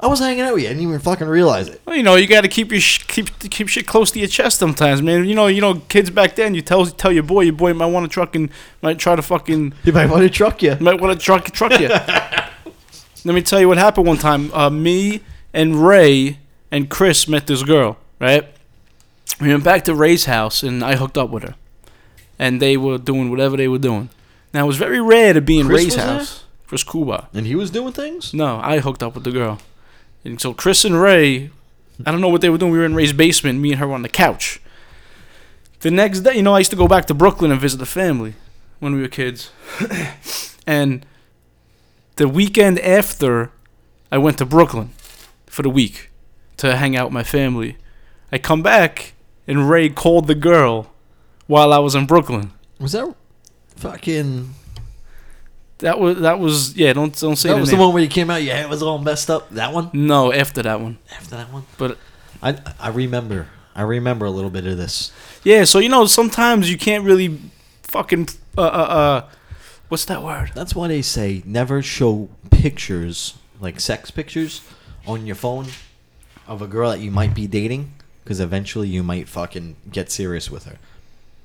[SPEAKER 2] I was hanging out with you. I didn't even fucking realize it.
[SPEAKER 1] Well, you know, you got to keep your sh- keep keep shit close to your chest sometimes, man. You know, you know, kids back then, you tell tell your boy, your boy might want to truck and might try to fucking
[SPEAKER 2] You might want to truck you.
[SPEAKER 1] might want to truck truck you. Let me tell you what happened one time. Uh, me and Ray and Chris met this girl, right? We went back to Ray's house and I hooked up with her, and they were doing whatever they were doing. Now it was very rare to be in
[SPEAKER 2] Chris
[SPEAKER 1] Ray's
[SPEAKER 2] was there?
[SPEAKER 1] house. Chris Cuba.
[SPEAKER 2] And he was doing things?
[SPEAKER 1] No, I hooked up with the girl. And so Chris and Ray, I don't know what they were doing. We were in Ray's basement, me and her were on the couch. The next day, you know, I used to go back to Brooklyn and visit the family when we were kids. and the weekend after, I went to Brooklyn for the week to hang out with my family. I come back, and Ray called the girl while I was in Brooklyn.
[SPEAKER 2] Was that fucking.
[SPEAKER 1] That was that was yeah. Don't don't say
[SPEAKER 2] That
[SPEAKER 1] the
[SPEAKER 2] was
[SPEAKER 1] name.
[SPEAKER 2] the one where you came out, your hair was all messed up? That one?
[SPEAKER 1] No, after that one.
[SPEAKER 2] After that one?
[SPEAKER 1] But-
[SPEAKER 2] I, I remember. I remember a little bit of this.
[SPEAKER 1] Yeah, so you know, sometimes you can't really fucking uh uh, uh what's that word?
[SPEAKER 2] That's why they say never show pictures, like sex pictures, on your phone of a girl that you might be dating because eventually you might fucking get serious with her.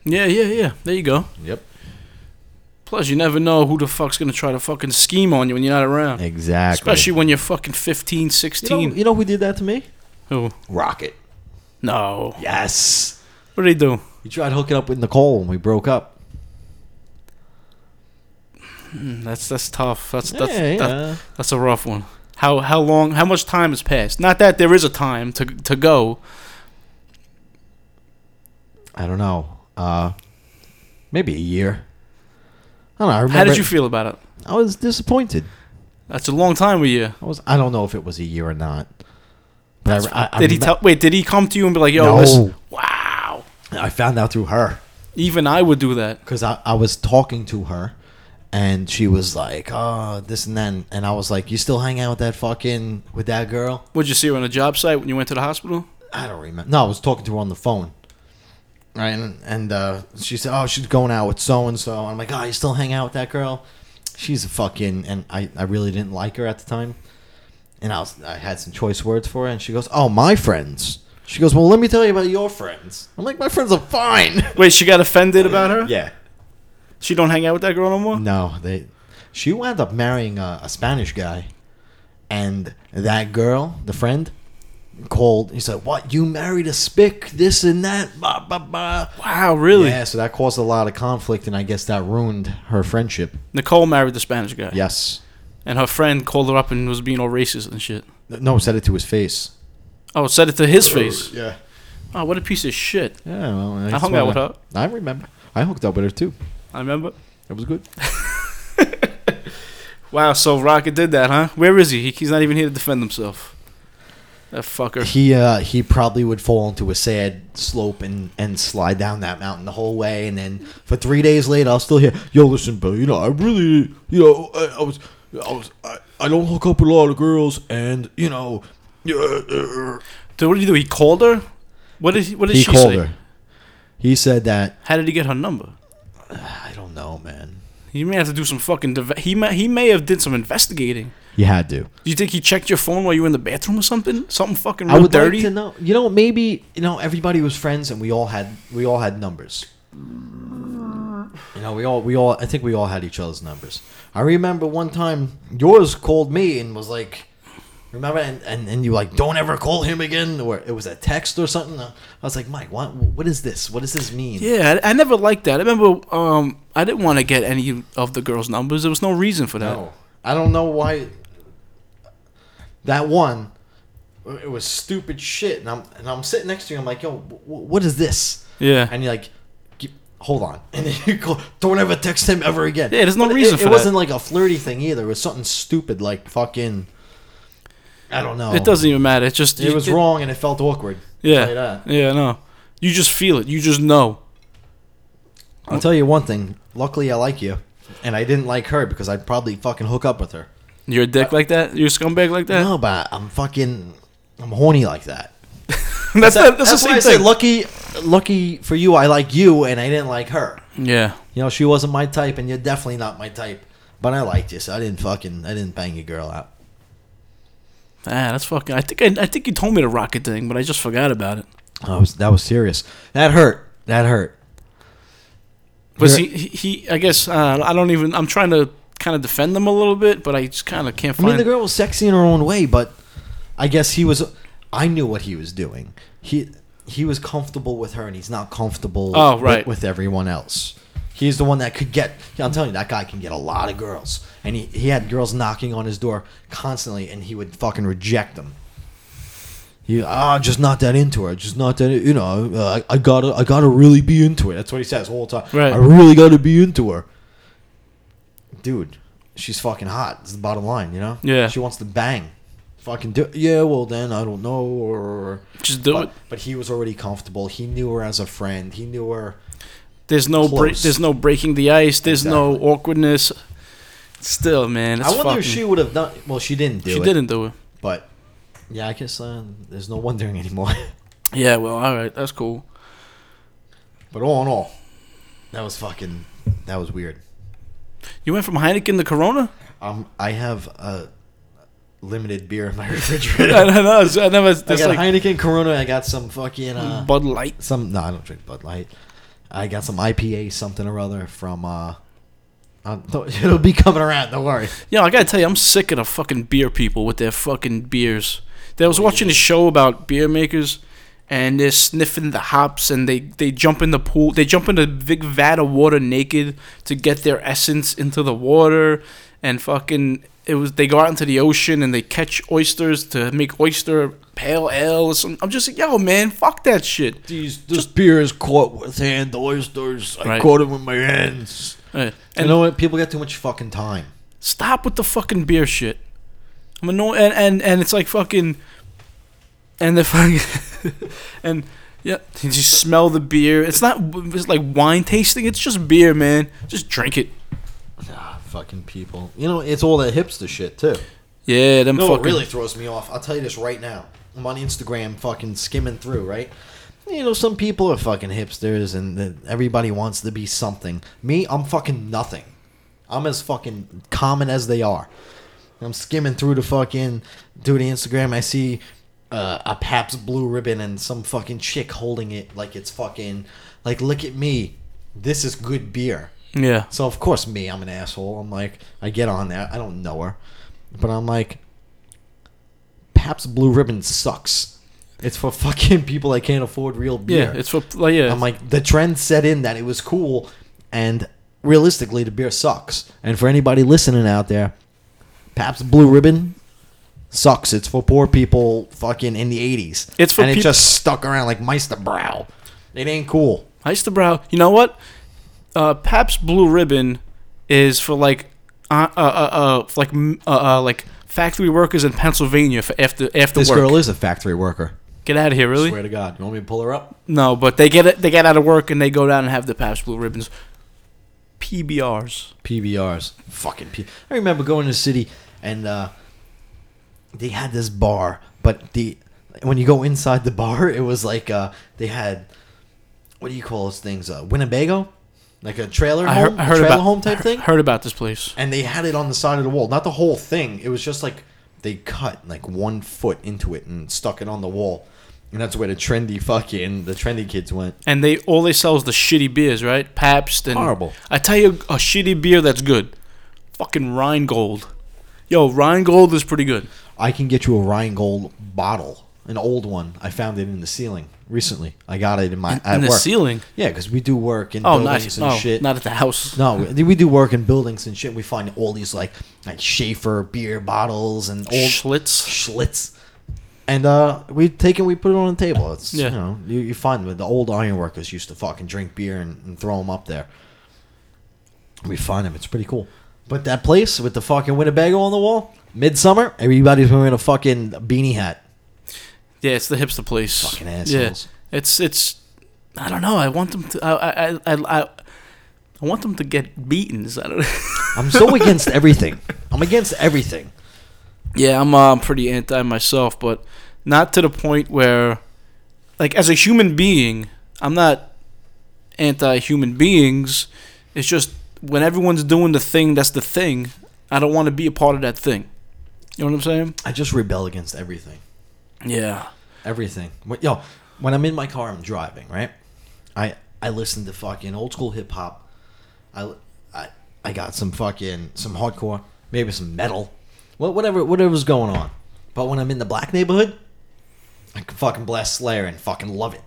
[SPEAKER 1] Yeah, yeah, yeah. There you go.
[SPEAKER 2] Yep.
[SPEAKER 1] Plus, you never know who the fuck's gonna try to fucking scheme on you when you're not around.
[SPEAKER 2] Exactly.
[SPEAKER 1] Especially when you're fucking 15,
[SPEAKER 2] you
[SPEAKER 1] 16.
[SPEAKER 2] know, you know who did that to me?
[SPEAKER 1] Who?
[SPEAKER 2] Rocket.
[SPEAKER 1] No.
[SPEAKER 2] Yes.
[SPEAKER 1] What do they do?
[SPEAKER 2] He tried hooking up with Nicole when we broke up.
[SPEAKER 1] Mm, That's that's tough. That's that's
[SPEAKER 2] yeah,
[SPEAKER 1] that-
[SPEAKER 2] yeah.
[SPEAKER 1] that's a rough one. How how long? How much time has passed? Not that there is a time to to go.
[SPEAKER 2] I don't know. Uh, maybe a year. I don't know. I remember
[SPEAKER 1] How did you feel about it?
[SPEAKER 2] I was disappointed.
[SPEAKER 1] That's a long time with you.
[SPEAKER 2] I was. I don't know if it was a year or not. But I, I, I
[SPEAKER 1] Did he
[SPEAKER 2] remem-
[SPEAKER 1] tell? Wait, did he come to you and be like, "Yo,
[SPEAKER 2] No.
[SPEAKER 1] listen, wow"?
[SPEAKER 2] I found out through her
[SPEAKER 1] Even I would do that.
[SPEAKER 2] because I, I was talking to her, and she was like, "Oh, this and that," and I was like, "You still hang out with that fucking with that girl?"
[SPEAKER 1] Would you see her on a job site when you went to the hospital?
[SPEAKER 2] I don't remember. No, I was talking to her on the phone. Right, and, and uh, she said, "Oh, she's going out with so and so." I'm like, "Oh, you still hang out with that girl?" She's a fucking, and I, I really didn't like her at the time, and I was I had some choice words for her, and she goes, "Oh, my friends." She goes, "Well, let me tell you about your friends." I'm like, "My friends are fine."
[SPEAKER 1] Wait, she got offended about her?
[SPEAKER 2] yeah.
[SPEAKER 1] She don't hang out with that girl no more.
[SPEAKER 2] No, they. She wound up marrying a, a Spanish guy, and that girl, the friend, called. He said, "What? You married a spick? This and that? Blah blah blah."
[SPEAKER 1] Wow, really?
[SPEAKER 2] Yeah, so that caused a lot of conflict, and I guess that ruined her friendship.
[SPEAKER 1] Nicole married the Spanish guy.
[SPEAKER 2] Yes.
[SPEAKER 1] And her friend called her up and was being all racist and shit.
[SPEAKER 2] No, said it to his face.
[SPEAKER 1] Oh, said it to his face.
[SPEAKER 2] Yeah.
[SPEAKER 1] Oh, what a piece of shit.
[SPEAKER 2] Yeah. Well,
[SPEAKER 1] I hung out with her.
[SPEAKER 2] I remember. I hooked up with her too.
[SPEAKER 1] I remember.
[SPEAKER 2] It was good.
[SPEAKER 1] Wow, so Rocket did that, huh? Where is he? he he's not even here to defend himself. That fucker.
[SPEAKER 2] He uh, he probably would fall into a sad slope and, and slide down that mountain the whole way, and then for three days later, I'll still hear, "Yo, listen, Bill. You know, I really, you know, I, I was, I was, I, I don't hook up with a lot of girls, and you know, yeah, uh,
[SPEAKER 1] Dude, what did he do? He called her? What did he, what did
[SPEAKER 2] he
[SPEAKER 1] she
[SPEAKER 2] called
[SPEAKER 1] say?
[SPEAKER 2] her. He said that
[SPEAKER 1] How did he get her number?
[SPEAKER 2] I don't know, man.
[SPEAKER 1] He may have to do some fucking. Div- he may he may have did some investigating.
[SPEAKER 2] You had to.
[SPEAKER 1] Do you think he checked your phone while you were in the bathroom or something? Something fucking
[SPEAKER 2] I
[SPEAKER 1] real
[SPEAKER 2] would
[SPEAKER 1] dirty.
[SPEAKER 2] like to know. You know, maybe you know everybody was friends, and we all had we all had numbers. You know, we all we all I think we all had each other's numbers. I remember one time yours called me and was like, "Remember?" And and, and you were like, "Don't ever call him again," or it was a text or something. I was like, "Mike, what what is this? What does this mean?"
[SPEAKER 1] Yeah, I, I never liked that. I remember um, I didn't want to get any of the girls' numbers. There was no reason for that.
[SPEAKER 2] No, I don't know why. That one, it was stupid shit, and I'm and I'm sitting next to you. I'm like, "Yo, wh- wh- what is this?"
[SPEAKER 1] Yeah.
[SPEAKER 2] and you're like, "G- hold on, and then you go, don't ever text him ever again.
[SPEAKER 1] Yeah, there's no
[SPEAKER 2] But
[SPEAKER 1] reason
[SPEAKER 2] it,
[SPEAKER 1] for
[SPEAKER 2] it
[SPEAKER 1] that.
[SPEAKER 2] wasn't like a flirty thing either. It was something stupid, like fucking, I don't know.
[SPEAKER 1] It doesn't even matter. It's just
[SPEAKER 2] It was wrong, and it felt awkward.
[SPEAKER 1] Yeah.
[SPEAKER 2] Tell you that.
[SPEAKER 1] Yeah. No. You just feel it. You just know.
[SPEAKER 2] I'll tell you one thing. Luckily, I like you, and I didn't like her because I'd probably fucking hook up with her.
[SPEAKER 1] You're a dick like that. You're a scumbag like that.
[SPEAKER 2] Uh, No, but I'm fucking, I'm horny like that.
[SPEAKER 1] that's not,
[SPEAKER 2] That-
[SPEAKER 1] that's,
[SPEAKER 2] why I
[SPEAKER 1] the
[SPEAKER 2] say
[SPEAKER 1] same thing.
[SPEAKER 2] lucky, lucky for you, I like you, and I didn't like her.
[SPEAKER 1] yeah.
[SPEAKER 2] You know, she wasn't my type, and you're definitely not my type. But I liked you, so I didn't fucking, I didn't bang your girl out.
[SPEAKER 1] Ah, that's fucking. I think I, I think you told me the rocket thing, but I just forgot about it.
[SPEAKER 2] I was, that was serious. That hurt. That hurt.
[SPEAKER 1] But
[SPEAKER 2] You're-
[SPEAKER 1] see, he, he I guess uh, I don't even. I'm trying to kind of defend them a little bit, but I just kind of can't
[SPEAKER 2] I
[SPEAKER 1] find.
[SPEAKER 2] mean, the girl was sexy in her own way, but I guess he was. I knew what he was doing. He he was comfortable with her, and he's not comfortable.
[SPEAKER 1] Oh,
[SPEAKER 2] with-
[SPEAKER 1] right.
[SPEAKER 2] With, everyone else, he's the one that could get. I'm telling you, that guy can get a lot of girls, and he he had girls knocking on his door constantly, and he would fucking reject them. He ah, just not that into her. Just not that you know. Uh, I, I gotta, I gotta really be into it. That's what he says all the time.
[SPEAKER 1] Right.
[SPEAKER 2] I really gotta be into her dude, she's fucking hot. It's the bottom line, you know.
[SPEAKER 1] Yeah.
[SPEAKER 2] She wants to bang. Fucking do. Yeah. Well, then I don't know. Or
[SPEAKER 1] just do
[SPEAKER 2] but,
[SPEAKER 1] it.
[SPEAKER 2] but he was already comfortable. He knew her as a friend. He knew her.
[SPEAKER 1] There's no break.
[SPEAKER 2] Close.
[SPEAKER 1] There's no breaking the ice. There's no
[SPEAKER 2] Exactly.
[SPEAKER 1] awkwardness. Still, man, it's
[SPEAKER 2] I wonder
[SPEAKER 1] fucking,
[SPEAKER 2] if she would have done. Well, she didn't do
[SPEAKER 1] she
[SPEAKER 2] it.
[SPEAKER 1] didn't do it.
[SPEAKER 2] But yeah, I guess uh, there's no wondering anymore.
[SPEAKER 1] Yeah, well, all right, that's cool.
[SPEAKER 2] but all in all, that was fucking. That was weird.
[SPEAKER 1] You went from Heineken to Corona.
[SPEAKER 2] Um, I have a limited beer in my
[SPEAKER 1] I
[SPEAKER 2] refrigerator.
[SPEAKER 1] don't know. it's- I never.
[SPEAKER 2] I
[SPEAKER 1] It's
[SPEAKER 2] got
[SPEAKER 1] like
[SPEAKER 2] Heineken, Corona. I got some fucking uh,
[SPEAKER 1] Bud Light.
[SPEAKER 2] some. No, I don't drink Bud Light. I got some IPA something or other from. uh I don't- It'll be coming around. Don't worry.
[SPEAKER 1] Yo, I gotta tell you, I'm sick of the fucking beer people with their fucking beers. There was watching a show about beer makers, and they're sniffing the hops, and they they jump in the pool, they jump in a big vat of water naked to get their essence into the water, and fucking it was they go out into the ocean and they catch oysters to make oyster pale ale. Or something. I'm just like, yo, man, fuck that shit.
[SPEAKER 2] These, this beer is caught with hand oysters. I
[SPEAKER 1] Right.
[SPEAKER 2] caught it with my hands.
[SPEAKER 1] Uh,
[SPEAKER 2] And
[SPEAKER 1] and
[SPEAKER 2] you know what? People get too much fucking time.
[SPEAKER 1] Stop with the fucking beer shit. I'm annoyed, and, and and it's like fucking, and the fucking, and yeah, you just smell the beer. It's not it's like wine tasting. It's just beer, man. Just drink it.
[SPEAKER 2] Ah, fucking people. You know, it's all that hipster shit too.
[SPEAKER 1] Yeah, them
[SPEAKER 2] No,
[SPEAKER 1] fucking.
[SPEAKER 2] what really throws me off. I'll tell you this right now. I'm on Instagram, fucking skimming through, right? You know, some people are fucking hipsters, and the, everybody wants to be something. Me, I'm fucking nothing. I'm as fucking common as they are. I'm skimming through the fucking through the Instagram. I see uh, a Pabst Blue Ribbon and some fucking chick holding it like it's fucking like look at me. This is good beer.
[SPEAKER 1] Yeah,
[SPEAKER 2] So of course me, I'm an asshole. I'm like, I get on that. I don't know her, but I'm like, Pabst Blue Ribbon sucks. It's for fucking people that can't afford real
[SPEAKER 1] yeah.
[SPEAKER 2] beer.
[SPEAKER 1] It's for like yeah.
[SPEAKER 2] I'm like, the trend set in that it was cool, and realistically, the beer sucks. And for anybody listening out there, Pabst Blue Ribbon sucks. It's for poor people, fucking in the '80s.
[SPEAKER 1] It's for
[SPEAKER 2] and
[SPEAKER 1] peop-
[SPEAKER 2] it just stuck around like Meisterbrow. It ain't cool.
[SPEAKER 1] Ice the brow. You know what? Uh, Pabst Blue Ribbon is for like, uh, uh, uh, uh for like, mm, uh, uh, like factory workers in Pennsylvania for after after
[SPEAKER 2] This
[SPEAKER 1] work.
[SPEAKER 2] girl is a factory worker.
[SPEAKER 1] Get out of here, really?
[SPEAKER 2] Swear to God. You want me to pull her up?
[SPEAKER 1] No, but they get it. They get out of work and they go down and have the Pabst Blue Ribbons, PBRs.
[SPEAKER 2] PBRs. Fucking P. I remember going to the city and uh, they had this bar, but the when you go inside the bar, it was like uh, they had what do you call those things? Uh, Winnebago, like a trailer
[SPEAKER 1] I,
[SPEAKER 2] home,
[SPEAKER 1] heard I heard
[SPEAKER 2] trailer
[SPEAKER 1] about
[SPEAKER 2] home type thing.
[SPEAKER 1] Heard about this place.
[SPEAKER 2] And they had it on the side of the wall, not the whole thing. It was just like they cut like one foot into it and stuck it on the wall, and that's where the trendy fucking the trendy kids went.
[SPEAKER 1] And they all they sell is the shitty beers, right? Pabst and
[SPEAKER 2] Horrible.
[SPEAKER 1] I tell you, a shitty beer that's good. Fucking Rheingold. Yo, Rheingold is pretty good.
[SPEAKER 2] I can get you a Rheingold bottle, an old one. I found it in the ceiling recently. I got it in my at
[SPEAKER 1] in the
[SPEAKER 2] work.
[SPEAKER 1] ceiling.
[SPEAKER 2] Yeah, because we do work in
[SPEAKER 1] Oh,
[SPEAKER 2] buildings
[SPEAKER 1] nice.
[SPEAKER 2] and
[SPEAKER 1] Oh,
[SPEAKER 2] shit.
[SPEAKER 1] not at the house.
[SPEAKER 2] no, we, we do work in buildings and shit. We find all these like like Schaefer beer bottles and old
[SPEAKER 1] Schlitz.
[SPEAKER 2] Schlitz. And uh, we take it, we put it on the table. It's
[SPEAKER 1] Yeah.
[SPEAKER 2] you know you, you find that the old ironworkers used to fucking drink beer and, and throw them up there. We find them. It's pretty cool. But that place with the fucking Winnebago on the wall, midsummer, everybody's wearing a fucking beanie hat.
[SPEAKER 1] Yeah, it's the hipster place.
[SPEAKER 2] Fucking assholes.
[SPEAKER 1] Yeah, it's it's. I don't know. I want them to. I I I. I, I I want them to get beatings. I don't.
[SPEAKER 2] I'm so against everything. I'm against everything.
[SPEAKER 1] Yeah, I'm uh, I'm pretty anti myself, but not to the point where, like, as a human being, I'm not anti human beings. It's just when everyone's doing the thing that's the thing, I don't want to be a part of that thing. You know what I'm saying?
[SPEAKER 2] I just rebel against everything.
[SPEAKER 1] Yeah.
[SPEAKER 2] Everything. When- Yo, when I'm in my car, I'm driving, right? I I listen to fucking old school hip hop. I, I I got some fucking some hardcore, maybe some metal, well, whatever whatever's going on. But when I'm in the black neighborhood, I can fucking blast Slayer and fucking love it.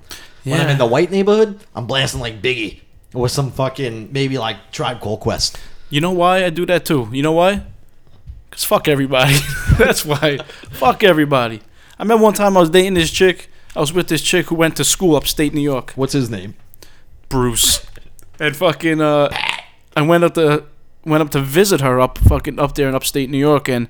[SPEAKER 2] When I'm
[SPEAKER 1] Yeah.
[SPEAKER 2] in the white neighborhood, I'm blasting like Biggie or some fucking maybe like Tribe Called Quest.
[SPEAKER 1] You know why I do that too? You know why? Cause fuck everybody. That's why. fuck everybody. I remember one time I was dating this chick. I was with this chick who went to school upstate New York.
[SPEAKER 2] What's his name?
[SPEAKER 1] Bruce. And fucking uh I went up to went up to visit her up fucking up there in upstate New York and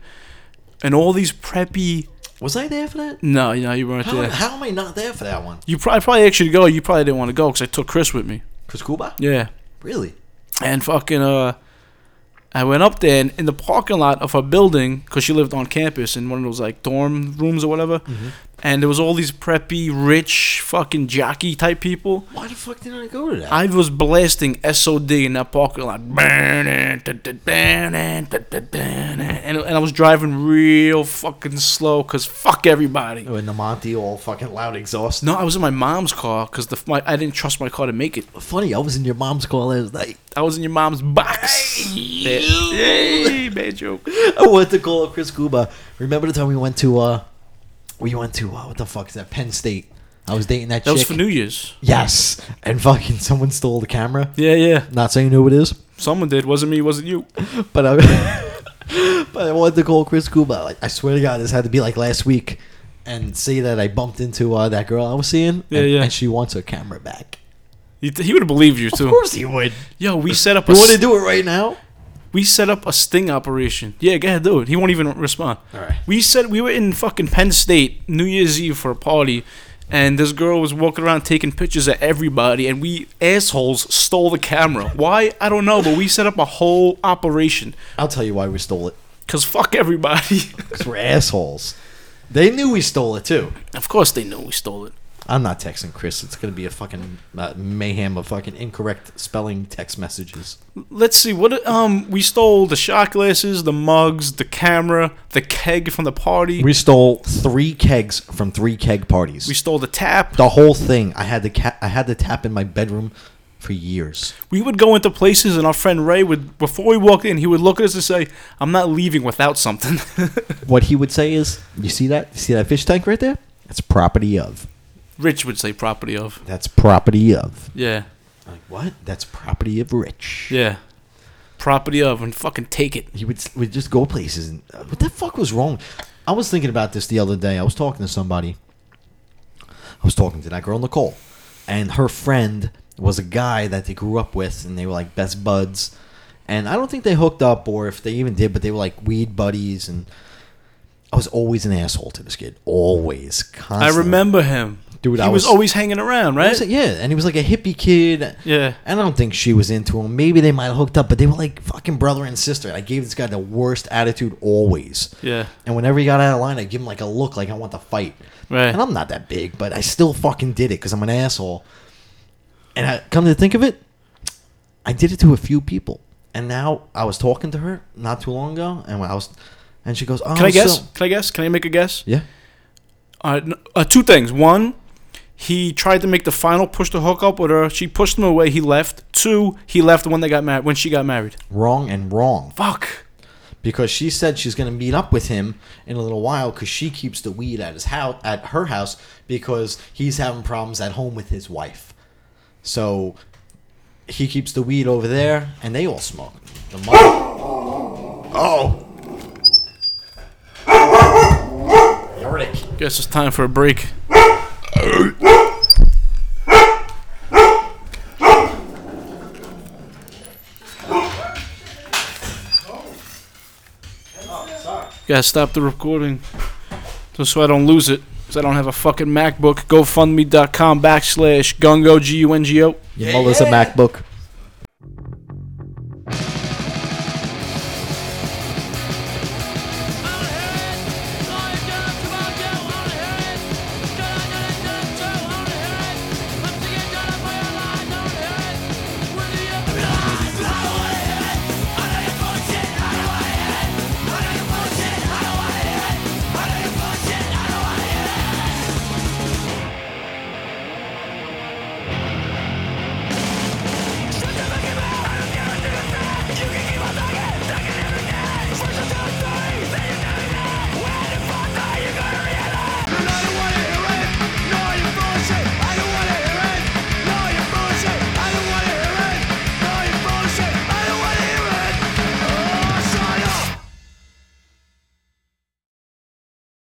[SPEAKER 1] and all these preppy
[SPEAKER 2] Was I there for that?
[SPEAKER 1] No, no, you weren't
[SPEAKER 2] How,
[SPEAKER 1] there.
[SPEAKER 2] how am I not there for that one?
[SPEAKER 1] You probably probably actually go, you probably didn't want to go cuz I took Chris with me.
[SPEAKER 2] Chris Cuba?
[SPEAKER 1] Yeah.
[SPEAKER 2] Really?
[SPEAKER 1] And fucking uh I went up there and in the parking lot of her building cuz she lived on campus in one of those like dorm rooms or whatever. and there was all these preppy, rich, fucking jockey type people.
[SPEAKER 2] Why the fuck didn't I go to that?
[SPEAKER 1] I was blasting SOD in that parking lot. And, and I was driving real fucking slow because fuck everybody.
[SPEAKER 2] Oh, in the Monty, all fucking loud exhaust.
[SPEAKER 1] No, I was in my mom's car because the my, I didn't trust my car to make it.
[SPEAKER 2] Funny, I was in your mom's car last night.
[SPEAKER 1] I was in your mom's box. Hey, bad joke.
[SPEAKER 2] I wanted to call up Chris Cuba. Remember the time we went to uh, we went to uh, what the fuck is that? Penn State. I was dating that,
[SPEAKER 1] That
[SPEAKER 2] chick.
[SPEAKER 1] was for New Year's.
[SPEAKER 2] yes, and fucking someone stole the camera.
[SPEAKER 1] Yeah, yeah.
[SPEAKER 2] Not saying who it is,
[SPEAKER 1] Someone did. Wasn't me. Wasn't you.
[SPEAKER 2] but I, but I wanted to call Chris Cuba. Like, I swear to God, this had to be like last week, and say that I bumped into uh, that girl I was seeing.
[SPEAKER 1] Yeah,
[SPEAKER 2] and,
[SPEAKER 1] yeah.
[SPEAKER 2] And she wants her camera back.
[SPEAKER 1] He, he would have believed you
[SPEAKER 2] Of
[SPEAKER 1] too.
[SPEAKER 2] course he would.
[SPEAKER 1] Yo, we set up a
[SPEAKER 2] You want to
[SPEAKER 1] s-
[SPEAKER 2] do it right now?
[SPEAKER 1] we set up a sting operation. Yeah, go ahead, do it. He won't even respond.
[SPEAKER 2] All right.
[SPEAKER 1] We said we were in fucking Penn State New Year's Eve for a party, and this girl was walking around taking pictures of everybody, and we assholes stole the camera. Why? I don't know, but we set up a whole operation
[SPEAKER 2] I'll tell you why we stole it.
[SPEAKER 1] because fuck everybody.
[SPEAKER 2] Because we're assholes. They knew we stole it too.
[SPEAKER 1] of course, they know we stole it.
[SPEAKER 2] I'm not texting Chris. It's gonna be a fucking uh, mayhem of fucking incorrect spelling text messages.
[SPEAKER 1] Let's see what um we stole the shot glasses, the mugs, the camera, the keg from the party.
[SPEAKER 2] We stole three kegs from three keg parties.
[SPEAKER 1] we stole the tap.
[SPEAKER 2] the whole thing. I had the ca- I had the tap in my bedroom for years.
[SPEAKER 1] we would go into places and our friend Ray would before we walked in, he would look at us and say, I'm not leaving without something.
[SPEAKER 2] What he would say is, "You see that? You see that fish tank right there? That's property of.
[SPEAKER 1] Rich would say property of.
[SPEAKER 2] That's property of.
[SPEAKER 1] Yeah.
[SPEAKER 2] I'm like what? That's property of rich.
[SPEAKER 1] Yeah. Property of and fucking take it.
[SPEAKER 2] he would would just go places. And uh, what the fuck was wrong? I was thinking about this the other day. I was talking to somebody. I was talking to that girl Nicole, and her friend was a guy that they grew up with, and they were like best buds. And I don't think they hooked up, or if they even did, but they were like weed buddies. And I was always an asshole to this kid, always.
[SPEAKER 1] I
[SPEAKER 2] Constantly.
[SPEAKER 1] remember him.
[SPEAKER 2] Dude,
[SPEAKER 1] he
[SPEAKER 2] I
[SPEAKER 1] was,
[SPEAKER 2] was-
[SPEAKER 1] always hanging around,
[SPEAKER 2] He
[SPEAKER 1] right?
[SPEAKER 2] was like- yeah, and he was like a hippie kid.
[SPEAKER 1] Yeah.
[SPEAKER 2] I don't think she was into him. Maybe they might have hooked up, but they were like fucking brother and sister. And I gave this guy the worst attitude always.
[SPEAKER 1] Yeah.
[SPEAKER 2] And whenever he got out of line, I give him like a look like I want to fight.
[SPEAKER 1] Right.
[SPEAKER 2] And I'm not that big, but I still fucking did it because I'm an asshole. And I, come to think of it, I did it to a few people. And now I was talking to her not too long ago, and when I was, and she goes, "Oh,
[SPEAKER 1] Can I guess?
[SPEAKER 2] so-
[SPEAKER 1] Can I guess? Can I make a guess?
[SPEAKER 2] yeah,
[SPEAKER 1] Uh, n- uh, two things. One, he tried to make the final push to hook up with her. She pushed him away. He left. Two, he left when they got married. When she got married.
[SPEAKER 2] wrong and wrong."
[SPEAKER 1] Fuck.
[SPEAKER 2] because she said she's going to meet up with him in a little while because she keeps the weed at his house at her house because he's having problems at home with his wife. So he keeps the weed over there, and they all smoke. The mother- oh, Eric.
[SPEAKER 1] Guess it's time for a break. Gotta stop the recording. Just so I don't lose it. Because I don't have a fucking MacBook. GoFundMe.com backslash gungo, G U N G O.
[SPEAKER 2] Your mother's a MacBook.